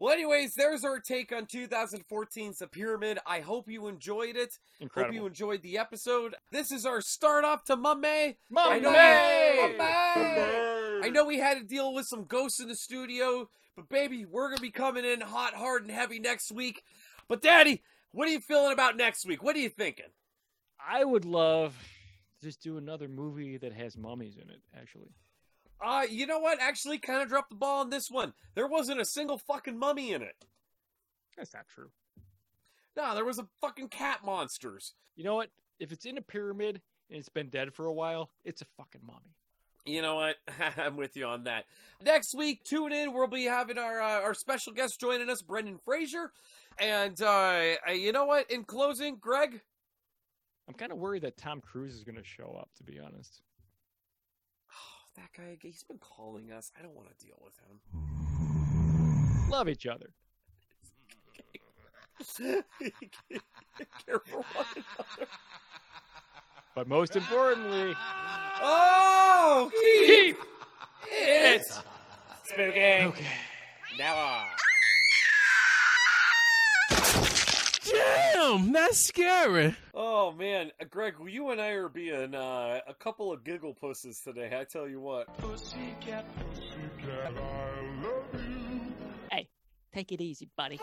B: Well, anyways, there's our take on 2014's The Pyramid. I hope you enjoyed it. Hope you
C: Incredible.
B: enjoyed the episode. This is our start off to Mummy. I know-
C: Mummy!
B: I know we had to deal with some ghosts in the studio, but baby, we're gonna be coming in hot, hard, and heavy next week. But Daddy, what are you feeling about next week? What are you thinking?
C: I would love to just do another movie that has mummies in it, actually.
B: Uh, you know what? Actually, kind of dropped the ball on this one. There wasn't a single fucking mummy in it.
C: That's not true.
B: No, there was a fucking cat monsters.
C: You know what? If it's in a pyramid and it's been dead for a while, it's a fucking mummy.
B: You know what? I'm with you on that. Next week, tune in. We'll be having our uh, our special guest joining us, Brendan Fraser. And uh, uh, you know what? In closing, Greg,
C: I'm kind of worried that Tom Cruise is going to show up, to be honest.
B: oh, that guy again. He's been calling us. I don't want to deal with him.
C: Love each other.
B: Care for one another.
C: But most importantly,
B: Oh, keep
C: keep
B: it spooking.
C: Okay.
B: Now on.
L: Damn, that's scary.
B: Oh man, Uh, Greg, you and I are being uh, a couple of giggle pusses today. I tell you what.
J: Hey, take it easy, buddy.